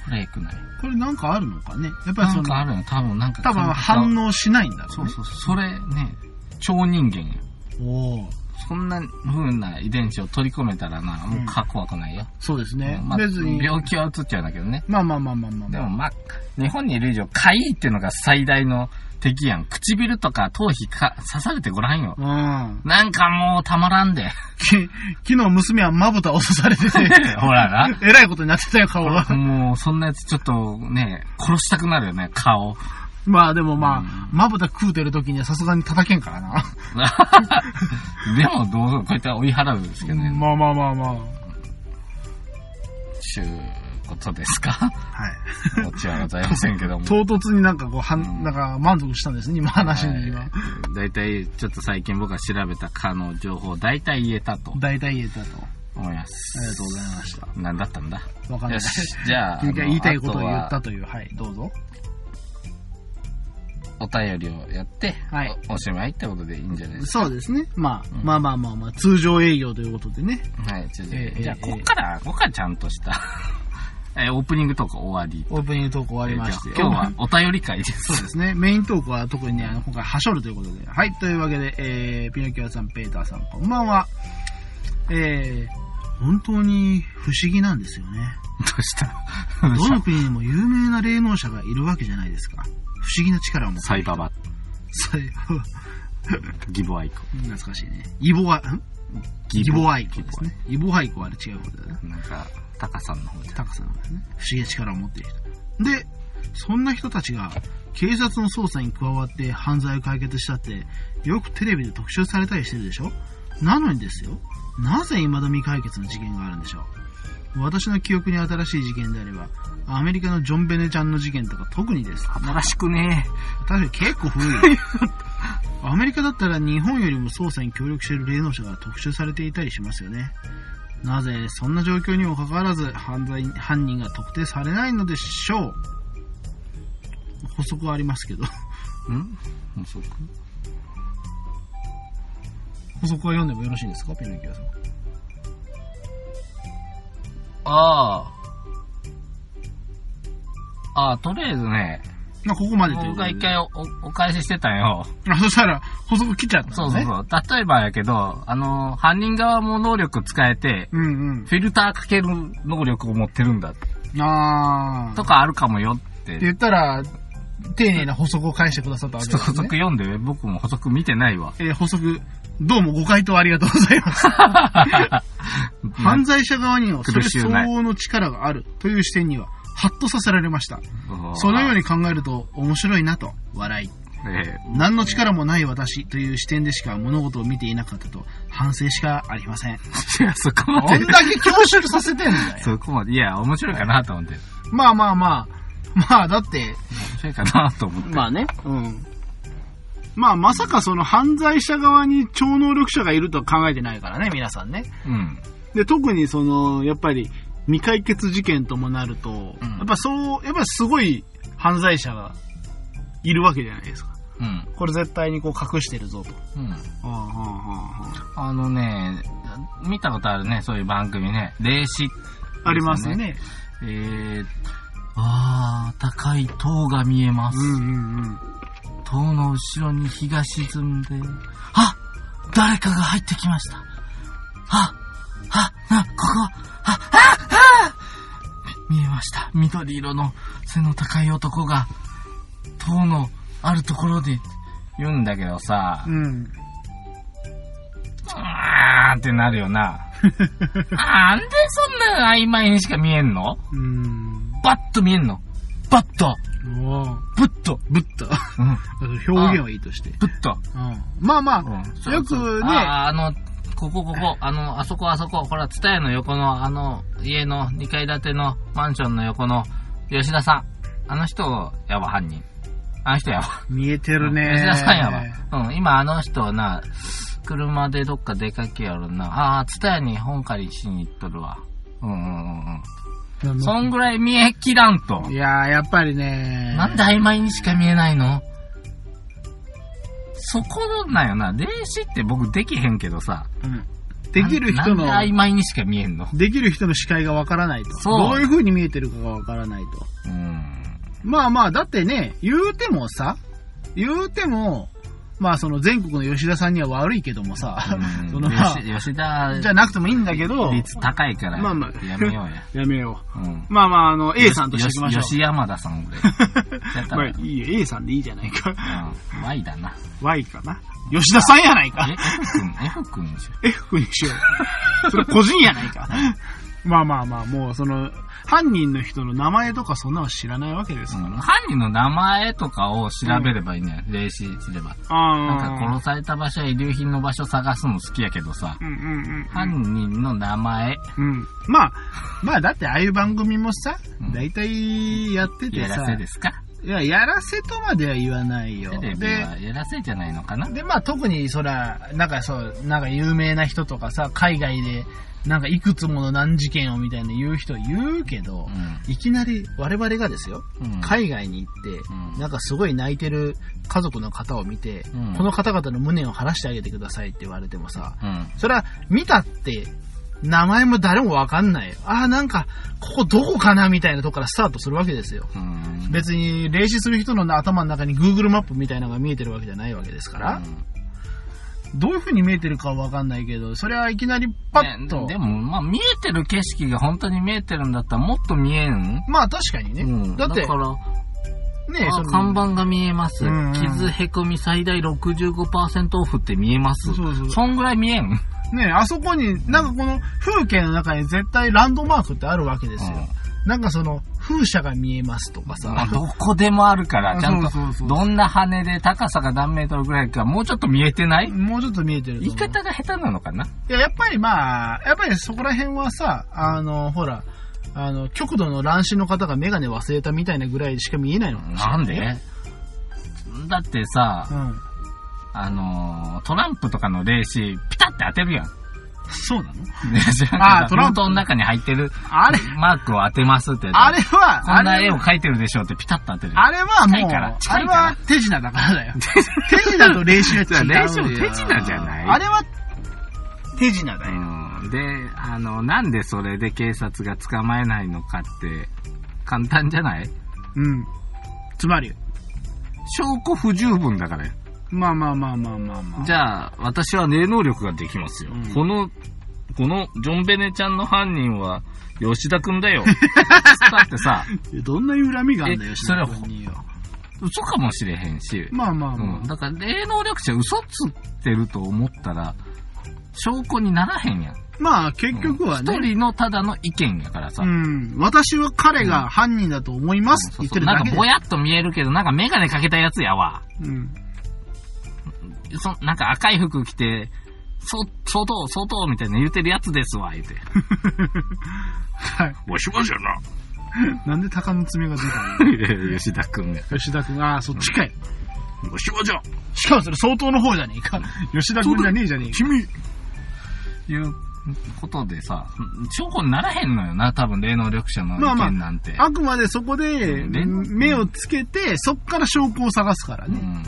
S1: これ、えくない。
S2: これなんかあるのかねやっぱり
S1: な
S2: そ
S1: んかあ
S2: の、
S1: るの多分なんか。
S2: 多分反応しないんだろ
S1: そうう
S2: ね。
S1: そうそう。それね、超人間や。
S2: おう
S1: そんな風な遺伝子を取り込めたらな、もう蚊怖くないよ。
S2: そうですね。
S1: まあ、
S2: 別に。
S1: 病気は移っちゃうんだけどね。
S2: まあまあまあまあまあ
S1: で
S2: ま
S1: も
S2: あ。
S1: まあ、日本にいる以上、かいっていうのが最大の敵やん。唇とか頭皮か刺されてごらんよ。
S2: うん。
S1: なんかもうたまらんで。
S2: き昨日娘はまぶたを刺され てて、
S1: ほら
S2: えらいことになってたよ、顔が
S1: な。。もう、そんなやつちょっとね、殺したくなるよね、顔。
S2: まあでもまあ、まぶた食うてる時にはさすがに叩けんからな。
S1: でもどうぞ、こうやって追い払うんですけどね。
S2: まあまあまあまあ。
S1: ちゅうことです か
S2: は
S1: オチはございませんけども
S2: い。。唐突になんかこう、は
S1: うん
S2: ん、なんか満足したんですね、今話に今。
S1: だいたい、ちょっと最近僕が調べた蚊の情報、だいたい言えたと
S2: 大体言えたと。
S1: 思います。
S2: ありがとうございました。
S1: 何だったんだ
S2: わかんな
S1: よ
S2: い。
S1: し、じゃあ、
S2: 君が 言いたいことを
S1: あ
S2: 言
S1: は
S2: ったという、はい、どうぞ。
S1: お便りをやって、
S2: はい
S1: おおしまいってことでいいんじゃないです
S2: そうですね。まあ、まあまあまあまあ、通常営業ということでね。
S1: か。はい、ちょっと
S2: ええ
S1: じゃあ、
S2: ええ
S1: こっから、こっからちゃんとした、 えオープニングとか終わり。
S2: オープニングトーク終わりました。
S1: えじゃあ今日はお便り会で
S2: そう
S1: す。
S2: ですね。メイントークは特にね、あの今回はしょるということで。はい。というわけで、えー、ピノキオさん、ペーターさん、こんばんは。えー、本当に不思議なんですよね。
S1: どうした
S2: どの国にも有名な霊能者がいるわけじゃないですか。不思議な力を持って
S1: サイババ、
S2: サ イ
S1: ギボアイコ。
S2: 懐かしいね。イボワ、ん
S1: ギ
S2: イボアイ
S1: イ
S2: コ
S1: コ
S2: ですね。イボハイコはあれ違うことだな。
S1: なんか、タカさんの方じゃん。
S2: 高さなんですね。不思議な力を持っている人。で、そんな人たちが警察の捜査に加わって犯罪を解決したって、よくテレビで特集されたりしてるでしょなのにですよ、なぜ未だ未解決の事件があるんでしょう私の記憶に新しい事件であれば、アメリカのジョン・ベネちゃんの事件とか特にです。
S1: 新しくね
S2: 確かに結構古い。アメリカだったら日本よりも捜査に協力している霊能者が特集されていたりしますよね。なぜそんな状況にもかかわらず犯罪犯人が特定されないのでしょう補足はありますけど。
S1: ん補足
S2: 補足は読んでもよろしいですかペンギンさん。
S1: ああ。ああ、とりあえずね、
S2: まあ、ここまでという
S1: 僕
S2: こと
S1: が
S2: で
S1: 一回おおお返ししてたんよ。
S2: あ、そしたら補足来ちゃった
S1: そ
S2: の
S1: うそう
S2: ね。
S1: そう。例えばやけど、あの、犯人側も能力使えて、
S2: うん
S1: フィルターかける能力を持ってるんだ。
S2: うん。あー。
S1: と
S2: って
S1: かあるかもよって。
S2: 言ったら、丁寧な補足を返してくださったわけ
S1: ち
S2: で
S1: ょっと補
S2: す
S1: 足
S2: ね。
S1: 読んで、僕も補足見てないわ。
S2: えー補足、どうもご回答ありがとうございます。 犯罪者側にはそれ相応の力があるという視点には、ハッとさせられました。そのよう
S1: に。
S2: に考えると面白いなと、笑い。
S1: え
S2: 何の力もない私という視点でしか物事を見ていなかったと、反省しかありませ ん。
S1: えいや、そこま
S2: こん
S1: で。
S2: だけ恐縮させてんだよ。
S1: そこまで。いや、面白いかなと思って。
S2: まあまあまあ、まあだって、
S1: 面白いかなと思って。
S2: まあね、うん。まあまさかその犯罪者側に超能力者がいるとは考えてないからね、皆さんね。
S1: うん。
S2: で、特にその、やっぱり未解決事件ともなると、やっぱそう、やっぱりすごい犯罪者がいるわけじゃないですか。
S1: うん。
S2: これ絶対にこう隠してるぞと。
S1: うん。
S2: ああ、あ
S1: あのね、見たことあるね、そういう番組ね。霊視。
S2: りますね。
S1: えー、あー、高い塔が見えます。
S2: んうんうん。
S1: 塔の後ろに日が沈んで、あ誰かが入ってきました。ああな、ここは、あ、あ、あ見えました。緑色の背の高い男が、塔のあるところで、言うんだけどさ、
S2: うん。
S1: あーってなるよな。なんでそんな曖昧にしか見えんの
S2: うん。
S1: バッと見えんのバッと
S2: おぉ。
S1: ブッと
S2: ブッダ。
S1: うん、
S2: 表現はいいとして。
S1: ブッと。
S2: うん。まあまあ、
S1: うん
S2: よくね、
S1: あー、あの、ここここ、あの、あそこあそこ、ほら、ツタヤの横の、あの、家の2階建てのマンションの横の吉田さん。あの人、やば、犯人。あの人やば。
S2: 見えてるね。
S1: 吉田さんやわ。うん、今あの人はな、車でどっか出かけやろな。ああー、ツタヤに本借りしに行っとるわ。うんうんうん
S2: あ
S1: うん。
S2: の
S1: そんぐらい見えきらんと
S2: い。やー、やっぱりね。
S1: なんで曖昧にしか見えないのそこなんよな。霊視って僕できへんけどさ。
S2: うん。できる人の、
S1: なんで曖昧にしか見えんの
S2: できる人の視界がわからないと。
S1: そう
S2: どういう風に見えてるかがわからないと。
S1: うん。
S2: まあまあ、だってね、言うてもさ、言うても、まあその全国の吉田さんには悪いけどもさ、
S1: うん
S2: そのまあ
S1: 吉吉田
S2: じゃなくてもいいんだけど、
S1: 率高いから、
S2: まあまあ
S1: やめようや。
S2: やめよ
S1: うん
S2: う。。まあまあ、あの、A さんとしておきましょう。
S1: 吉吉山田さんぐ らい。やった
S2: まあ
S1: ら、
S2: いいよ、A さんでいいじゃないか。
S1: うん。Y だな。
S2: Y かな。吉田さんやない
S1: え
S2: か。、
S1: F 君、F 君でしょ。
S2: F にしよう。それ個人やないか。まあまあまあ、もうその、犯人の人の名前とかそんなの知らないわけです
S1: う
S2: から。
S1: ん犯人の名前とかを調べればいいんじゃない霊視すれば。な
S2: あ
S1: ん
S2: ー
S1: か殺された場所や遺留品の場所探すの好きやけどさ、
S2: うんうんうんうん。
S1: 犯人の名前、
S2: うん。まあ、まあだってああいう番組もさ
S1: うん、
S2: 大体やってて
S1: や
S2: さ、
S1: らせですか
S2: いや、やらせとまでは言わないよ
S1: テ。レビ
S2: で、
S1: はやらせじゃないのかな
S2: で、まあ特にそら、なんかそう、なんか有名な人とかさ、海外で、なんかいくつもの難事件をみたいな言う人言うけど
S1: う、ん。
S2: いきなり我々がですよ、
S1: うん
S2: 海外に行って、
S1: うん
S2: なんかすごい泣いてる家族の方を見て、
S1: うん
S2: この方々の無念を晴らしてあげてくださいって言われてもさ、
S1: うん。
S2: それは見たって、名前も誰もわかんないよ。ああ、なんか、ここどこかなみたいなとこからスタートするわけですよ。
S1: うん。
S2: 別に、霊視する人の頭の中に Google マップみたいなのが見えてるわけじゃないわけですから。どういう風に見えてるかはわかんないけど、それはいきなりパッと。
S1: ねでも、まあ、見えてる景色が本当に見えてるんだったらもっと見えん
S2: まあ確かにね。
S1: うん、
S2: だって、
S1: だから、
S2: ね、
S1: あ
S2: その
S1: 看板が見えます。
S2: うんうん
S1: 傷へこみ最大65%オフって見えます。
S2: そうそう
S1: そんぐらい見えん。
S2: ね、あそこに、なんかこの風景の中に絶対ランドマークってあるわけですよ。なんかその、風車が見えますとかさ。
S1: まあ、どこでもあるから、ちゃんと
S2: そうそうそう、
S1: どんな羽で高さが何メートルぐらいか、もうちょっと見えてない
S2: もうちょっと見えてると
S1: 言
S2: 思
S1: いう方が下手なのかない
S2: や、やっぱりまあ、やっぱりそこら辺はさ、あの、ほら、あの、極度の乱視の方がメガネ忘れたみたいなぐらいしか見えないのかもしれ
S1: なんでだってさ
S2: う、ん。
S1: あのー、トランプとかの霊視、ピタって当てるやん。
S2: そうなのあ
S1: あ
S2: ートランプ
S1: の中に入ってる
S2: あ れ、
S1: マークを当てますってやつ。
S2: あれは、
S1: こん
S2: あ
S1: な絵
S2: れ
S1: を描いてるでしょうってピタッと当てる。
S2: あれはも
S1: 近
S2: う
S1: いから、
S2: あ
S1: 近
S2: れ
S1: いから
S2: は手品だか らだよ。手品と練習は違うんだよ。
S1: 練習も手品じゃない
S2: あれは、手品だよ。
S1: うんで、あの、なんでそれで警察が捕まえないのかって、簡単じゃない
S2: うん。つまり、
S1: 証拠不十分だからよ。
S2: まあまあまあまあまあまあ。
S1: じゃあ、私は霊能力ができますよ。
S2: うん
S1: この、この、ジョンベネちゃんの犯人は、吉田くんだ よ。だってさ、
S2: どんなに恨みがあるんだよ、
S1: え
S2: 吉田君によ。
S1: 嘘かもしれへんし、
S2: まあまあま
S1: うん、だから霊能力者嘘つってると思ったら、証拠にならへんやん。
S2: あ。まあ、結局は
S1: 一
S2: ね。
S1: 人のただの意見やからさ。
S2: うん。私は彼が犯人だと思いますって
S1: そう
S2: 言っ
S1: そう
S2: てる
S1: な
S2: だ
S1: ん
S2: け
S1: か
S2: で
S1: ぼ。やっと見えるけど、なんかメガネかけたやつやわ。
S2: うん。
S1: そなんか赤い服着て、そ、相当、相当みたいな言うてるやつですわ、言うて。
S2: はい。
S1: わしはじゃな。
S2: なんで鷹の爪が出たの
S1: 吉田くんが。
S2: 吉田君、ああ、そっちかい。
S1: わしはじゃ。
S2: しかもそれ相当の方じゃねえか。吉田君じゃねえじゃねえか。
S1: 君いうことでさ、証拠にならへんのよな、多分霊能力者の意
S2: まあまあ
S1: 見なんて。
S2: あくまでそこで
S1: うん連絡
S2: 目をつけて、そっから証拠を探すからね。
S1: うん。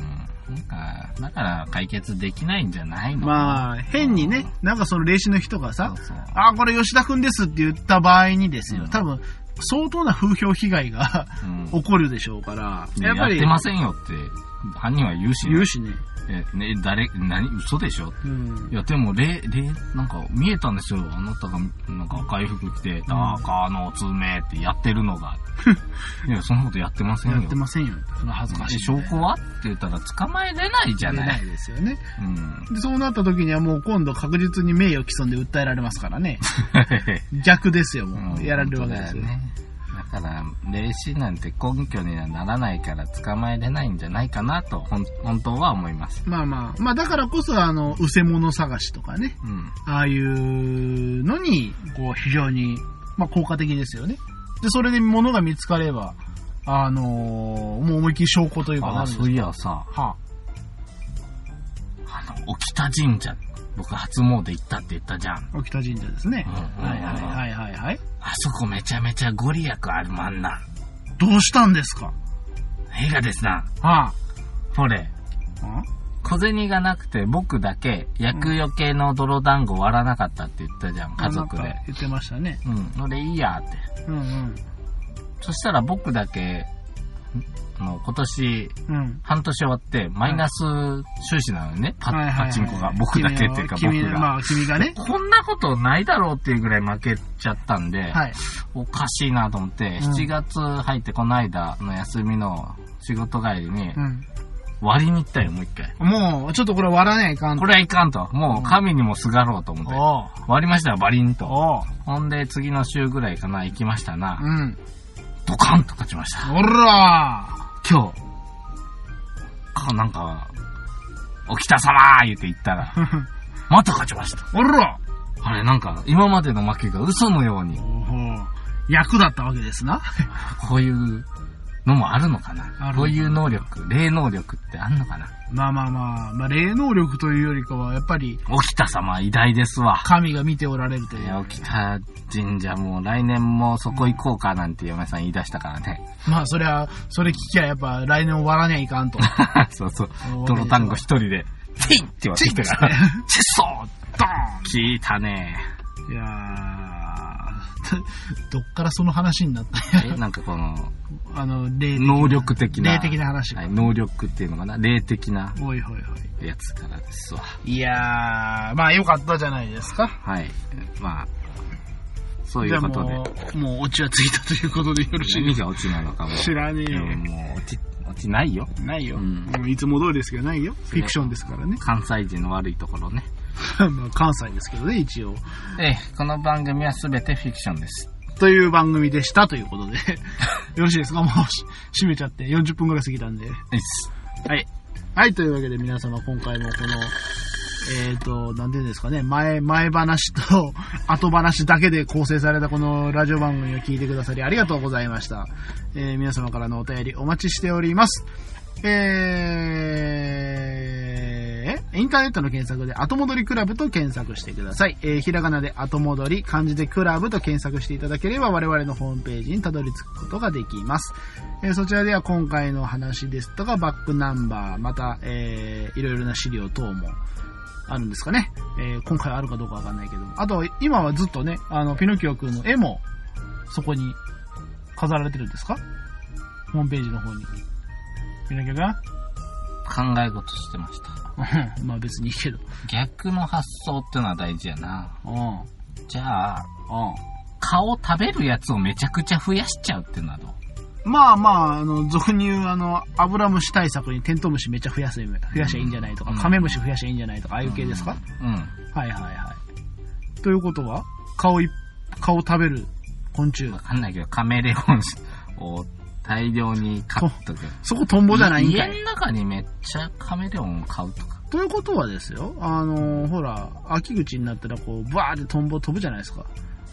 S1: なんか、だから解決できないんじゃないの
S2: まあ、変にね、なんかその霊視の人が
S1: そ
S2: さ
S1: う、そう
S2: あ、これ吉田くんですって言った場合にです
S1: う
S2: よ、
S1: ん
S2: 多分、相当な風評被害が
S1: うん
S2: 起こるでしょうから、
S1: ね
S2: やっぱり
S1: やって、ませんよって、犯人は言うしね、
S2: 言うしね。
S1: えね、誰、何、嘘でしょ
S2: うん
S1: いや、でも、霊、霊、なんか、見えたんですよ。あなたが、なんか赤い服着て、赤の爪ってやってるの が。いや、そんなことやってません
S2: や
S1: よ。
S2: ってませんよ。それは恥ずかしい
S1: で
S2: んで。
S1: 証拠はって言ったら捕まえれないじゃ
S2: 出
S1: な。
S2: ないいですよね。
S1: うん。
S2: で、そうなった時にはもう今度確実に名誉毀損で訴えられますか らね。逆ですよ、もう。やられるわけです
S1: 本当
S2: よ
S1: だ。ね。だから、霊視なんて根拠にはならないから捕まえれないんじゃないかなと、ほん本当は思います。
S2: まあまあ、まあだからこそ、あの、うせ物探しとかね、
S1: うん。
S2: ああいうのに、こう、非常に、まあ効果的ですよね。で、それで物が見つかれば、あのーもう思いっきり証拠というか
S1: あ
S2: な
S1: あ、
S2: るんです
S1: そういやさ、
S2: は
S1: あの、沖田神社、僕初詣行ったって言ったじゃん。
S2: あ、沖田神社ですね。はいはいはいはいはい。
S1: あそこめちゃめちゃご利益あるまんな。
S2: どうしたんですか
S1: 映画ですな。
S2: は
S1: これ。
S2: あ、は
S1: 小銭がなくて僕だけ薬よけの泥団子割らなかったって言ったじゃん、
S2: あ、
S1: 家族
S2: なん
S1: で
S2: か。言ってましたね。
S1: うん。俺いいやって。
S2: うんうん。
S1: そしたら僕だけ、んあの、今年、
S2: うん。
S1: 半年終わって、マイナス収支なのね、パ
S2: はいはいはい
S1: パチンコが。僕だけっていうか、僕
S2: 君は君
S1: が。
S2: まあ君がね。
S1: こんなことないだろうっていうぐらい負けちゃったんで、
S2: はい。
S1: おかしいなと思って、
S2: うん
S1: 7月入ってこの間の休みの仕事帰りに
S2: う、ん。
S1: 割りに行ったよ、もう一回。
S2: もう、ちょっとこれ割らないかん
S1: これはいかんと。もう神にもすがろうと思って。
S2: おう
S1: 割りましたよ、バリンと。
S2: おう
S1: ほんで、次の週ぐらいかな、行きました
S2: う
S1: な。
S2: ん。
S1: ドカンと勝ちました。
S2: おら
S1: 今日、か、なんか、沖田様ー言って言ったら、
S2: ー
S1: また勝ちました。
S2: おら
S1: あれ、なんか、今までの負けが嘘のように
S2: お、お役だったわけですな。
S1: こういうのもあるのかな
S2: あ。る
S1: こういう能力、霊能力ってあんのかな。
S2: まあまあまあ、まあ、霊能力というよりかは、やっぱり、
S1: 沖田様偉大ですわ。
S2: 神が見ておられるとい。
S1: いうや沖田神社もう来年もそこ行こうかなんて嫁さん言い出したからね。
S2: まあ、そりゃ、それ聞きゃやっぱ、来年終わらにゃい かんと。
S1: そうそう
S2: お。
S1: 泥単語一人で、チンって言われてきた から。チッソードーン聞いたね。
S2: いやー、 どっからその話になったん
S1: え
S2: や。
S1: なんかこの、
S2: あの、霊的な
S1: 能力的な。
S2: 霊的な話か
S1: はい、能力っていうのかな。霊的な
S2: おいおいお
S1: やつからですわ。
S2: い。いやー、まあよかったじゃないですか。
S1: はい。まあ、そうい
S2: じゃ
S1: う
S2: あ
S1: ことで
S2: も。う、もうオチはついたということでよろしいで
S1: 何
S2: す
S1: が落ちなのかも。
S2: か知らねえ
S1: で
S2: よ
S1: ももう落ち、落ちないよ。
S2: ないよ。
S1: うん
S2: うんいつも通りですけどないよ。フィクションですからね。
S1: 関西人の悪いところね。
S2: まあ関西ですけどね、一応。
S1: ええ、この番組は全てフィクションです。
S2: という番組でしたとい うことで。よろしいですかもうし、閉めちゃって40分くらい過ぎたんで。
S1: です
S2: はい。はい、というわけで皆様今回もこの、えっ、ー、と、なんていうんですかね、前、前話と 後話だけで構成されたこのラジオ番組を聞いてくださりありがとうございました。えー皆様からのお便りお待ちしております。えー、インターネットの検索で後戻りクラブと検索してください。えー、ひらがなで後戻り、漢字でクラブと検索していただければ我々のホームページにたどり着くことができます。えーそちらでは今回の話ですとか、バックナンバー、また、えーいろいろな資料等もあるんですかね。えー今回あるかどうかわかんないけども。あと、今はずっとね、あの、ピノキオくんの絵も、そこに飾られてるんですかホームページの方に。ピノキオくん
S1: 考え事してました。
S2: うん まあ別にいいけど。
S1: 逆の発想ってのは大事やな。
S2: うん。うん。
S1: じゃあ、顔食べるやつをめちゃくちゃ増やしちゃうってなどう。
S2: まあまあ、あの、俗に言う、あの、アブラムシ対策にテントウムシめっちゃ増やせ、増やしゃいいんじゃないとか、
S1: うん
S2: カメムシ増やしゃいいんじゃないとか、ああいう系ですか、
S1: うん。
S2: はいはいはい。ということは、顔い、顔食べる昆虫
S1: わ。かんないけど、カメレオンを大量に飼っとく。
S2: そこトンボじゃないんか
S1: 家
S2: い。
S1: の中にめっちゃカメレオンを飼うとか。
S2: ということはですよ、あのーほら、秋口になったらこう、バーってトンボ飛ぶじゃないですか。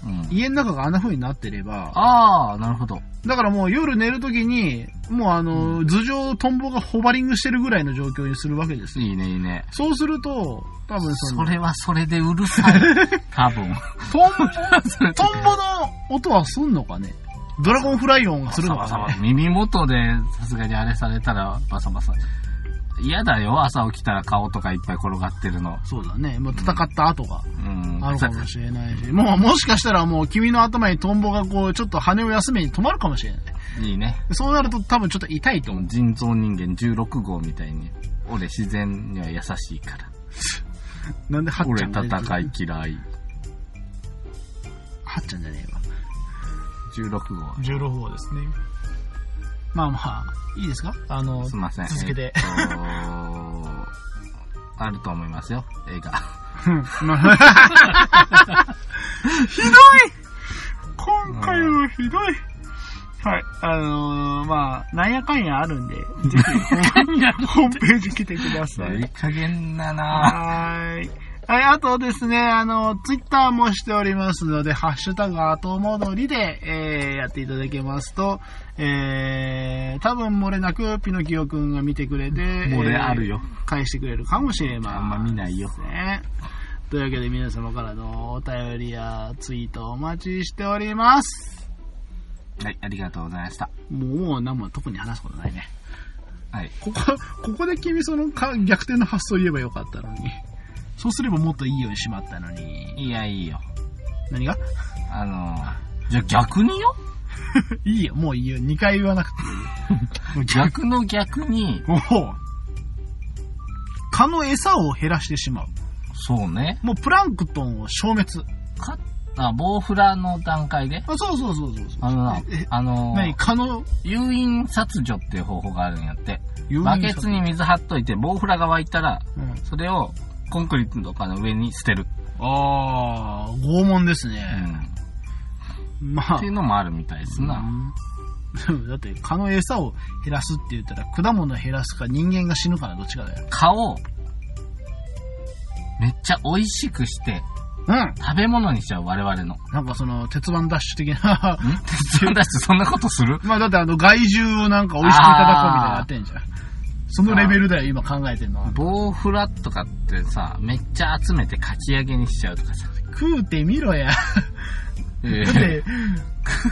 S1: うん。
S2: 家の中があんな風になってれば、
S1: ああ、なるほど。
S2: だからもう夜寝るときに、もうあのー頭上トンボがホバリングしてるぐらいの状況にするわけですよ。
S1: いいね、いいね。
S2: そうすると、多分
S1: そ
S2: その、
S1: れはそれでうる さい。多分。
S2: トンボ、トンボの音はすんのかねドラゴンフライオンがするの
S1: バ
S2: か
S1: サバ
S2: ね
S1: サ耳元でさすがにあれされたらバサバサ。嫌だよ、朝起きたら顔とかいっぱい転がってるの。
S2: そうだね。もう戦った後が。
S1: うん。
S2: ある
S1: さ
S2: かもしれないし、もうもしかしたらもう君の頭にトンボがこう、ちょっと羽を休めに止まるかもしれない。
S1: いいね。
S2: そうなると多分ちょっと痛いと
S1: で
S2: 思う。
S1: も人造人間16号みたいに。俺自然には優しいから。
S2: なんでハッち
S1: 俺
S2: ゃんが出てくる
S1: 戦い嫌い。
S2: ハッちゃんじゃねえわ。
S1: 16号は。
S2: 16号ですね。まあまあ、いいですかあ の、
S1: すいません。
S2: 続けて
S1: えっとあると思いますよ、映画。
S2: ひどい今回はひどい、はい。あのー、まあ、なんやかんやあるんで、ぜ ひ、ホームページ来てください
S1: い。い加減だな
S2: はーい。はい、あとですね、あの、ツイッターもしておりますので、ハッシュタグ後戻りで、えー、やっていただけますと、えー、多分漏れなくピノキオくんが見てくれて、
S1: 漏れあるよ
S2: えー返してくれるかもしれません。
S1: あんま見ないよ。
S2: ね。というわけで皆様からのお便りやツイートお待ちしております。
S1: はい、ありがとうございました。
S2: もう何も特に話すことないね。
S1: はい。
S2: ここ、ここで君そのか逆転の発想言えばよかったのに。そうすればもっといいようにしまったのに。
S1: いや、いいよ。
S2: 何が
S1: あのー、じゃあ逆によ
S2: いいよ、もういいよ。2回言わなくていいよ。もう逆。
S1: 逆の逆に、
S2: おほう蚊の餌を減らしてしまう。
S1: そうね。
S2: もうプランクトンを消滅。
S1: か、あ、ボウフラの段階で、
S2: あ、そうそうそうそうそう。
S1: あのな
S2: ええ、
S1: あのー
S2: 何蚊の
S1: 誘引殺除っていう方法があるんやって。
S2: 誘引
S1: バケツに水張っといて、ボウフラが湧いたら、
S2: うん。
S1: それをコンクリートとかの上に捨てる。
S2: ああ、拷問です
S1: う
S2: ね。
S1: ん。
S2: まあ
S1: っていうのもあるみたいですな。
S2: うんだ って蚊の餌を減らすって言ったら果物減らすか人間が死ぬかなどっちかだよ
S1: 蚊を、めっちゃ美味しくして、
S2: うん
S1: 食べ物にしちゃう、我々の。
S2: なんかその鉄腕ダッシュ的な
S1: ん自分たちそんなことする
S2: まあだってあの害獣をなんか美味しくいただこうみたいなのやってんじゃんそのレベルだよ今考えてんのは
S1: 棒フラとかってさ、めっちゃ集めてかき揚げにしちゃうとかさ。
S2: 食うてみろや
S1: え え
S2: だって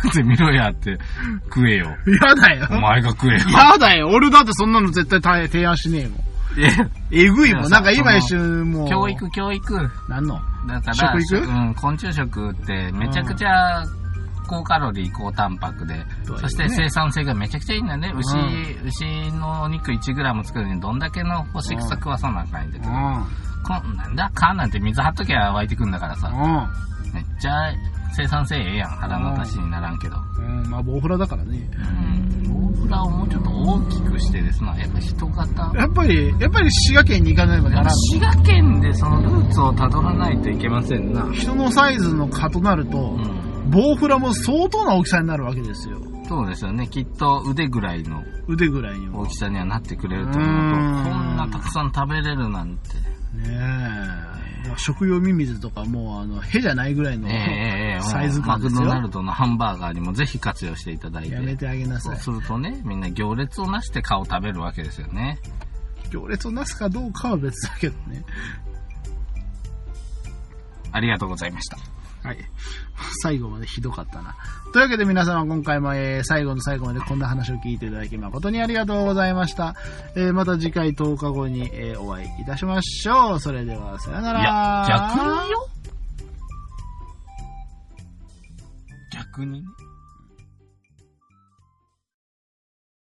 S1: 食ってみろやって、食えよ。
S2: 嫌だよ
S1: お前が食えよ。
S2: 嫌だよ俺だってそんなの絶対提案しねえもんえぐいもんなんか今一瞬もう
S1: 教育、教育。
S2: 何の
S1: だから、
S2: 食育
S1: うん、昆虫食ってめちゃくちゃ高カロリー、高タンパクで、
S2: とはいえね
S1: そして生産性がめちゃくちゃいいんだよね。牛、牛のお肉 1g 作るのにどんだけの干し草食わさなあかんいんだけ
S3: う
S1: ど、
S3: ん。
S1: こんなんだ、かなんて水張っときゃ湧いてくんだからさ、めっちゃ生産性ええやん、腹の足しにならんけど。
S2: うん、まあ、棒フラだからね。
S1: うん。大札をもうちょっと大きくしてですな、やっぱ人型。
S2: やっぱり、やっぱり滋賀県に行かないのかならん
S1: 滋賀県でそのルーツをたどらないといけませんな。
S2: 人のサイズの蚊となると
S1: う、ん。
S2: 棒フラも相当な大きさになるわけですよ。
S1: そうですよね。きっと腕ぐらいの
S2: 腕ぐらいには。
S1: 大きさにはなってくれると思うと、こ
S2: うん
S1: んなたくさん食べれるなんて。
S2: ねえ。だから食用ミミズとかもう、あの、へじゃないぐらいの、
S1: ええ ええええ
S2: サイズ
S1: マ
S2: 感で
S1: ク
S2: すよ
S1: ドナルドのハンバーガーにもぜひ活用していただいて
S2: や。めてあげな
S1: そう
S2: さい。
S1: するとね、みんな行列をなして顔を食べるわけですよね。
S2: 行列をなすかどうかは別だけどね。
S1: ありがとうございました。
S2: はい。最後までひどかったな。というわけで皆様今回も、えー最後の最後までこんな話を聞いていただき誠にありがとうございました。えーまた次回10日後に、えーお会いいたしましょう。それではさよないら。
S1: や、逆によ逆にね。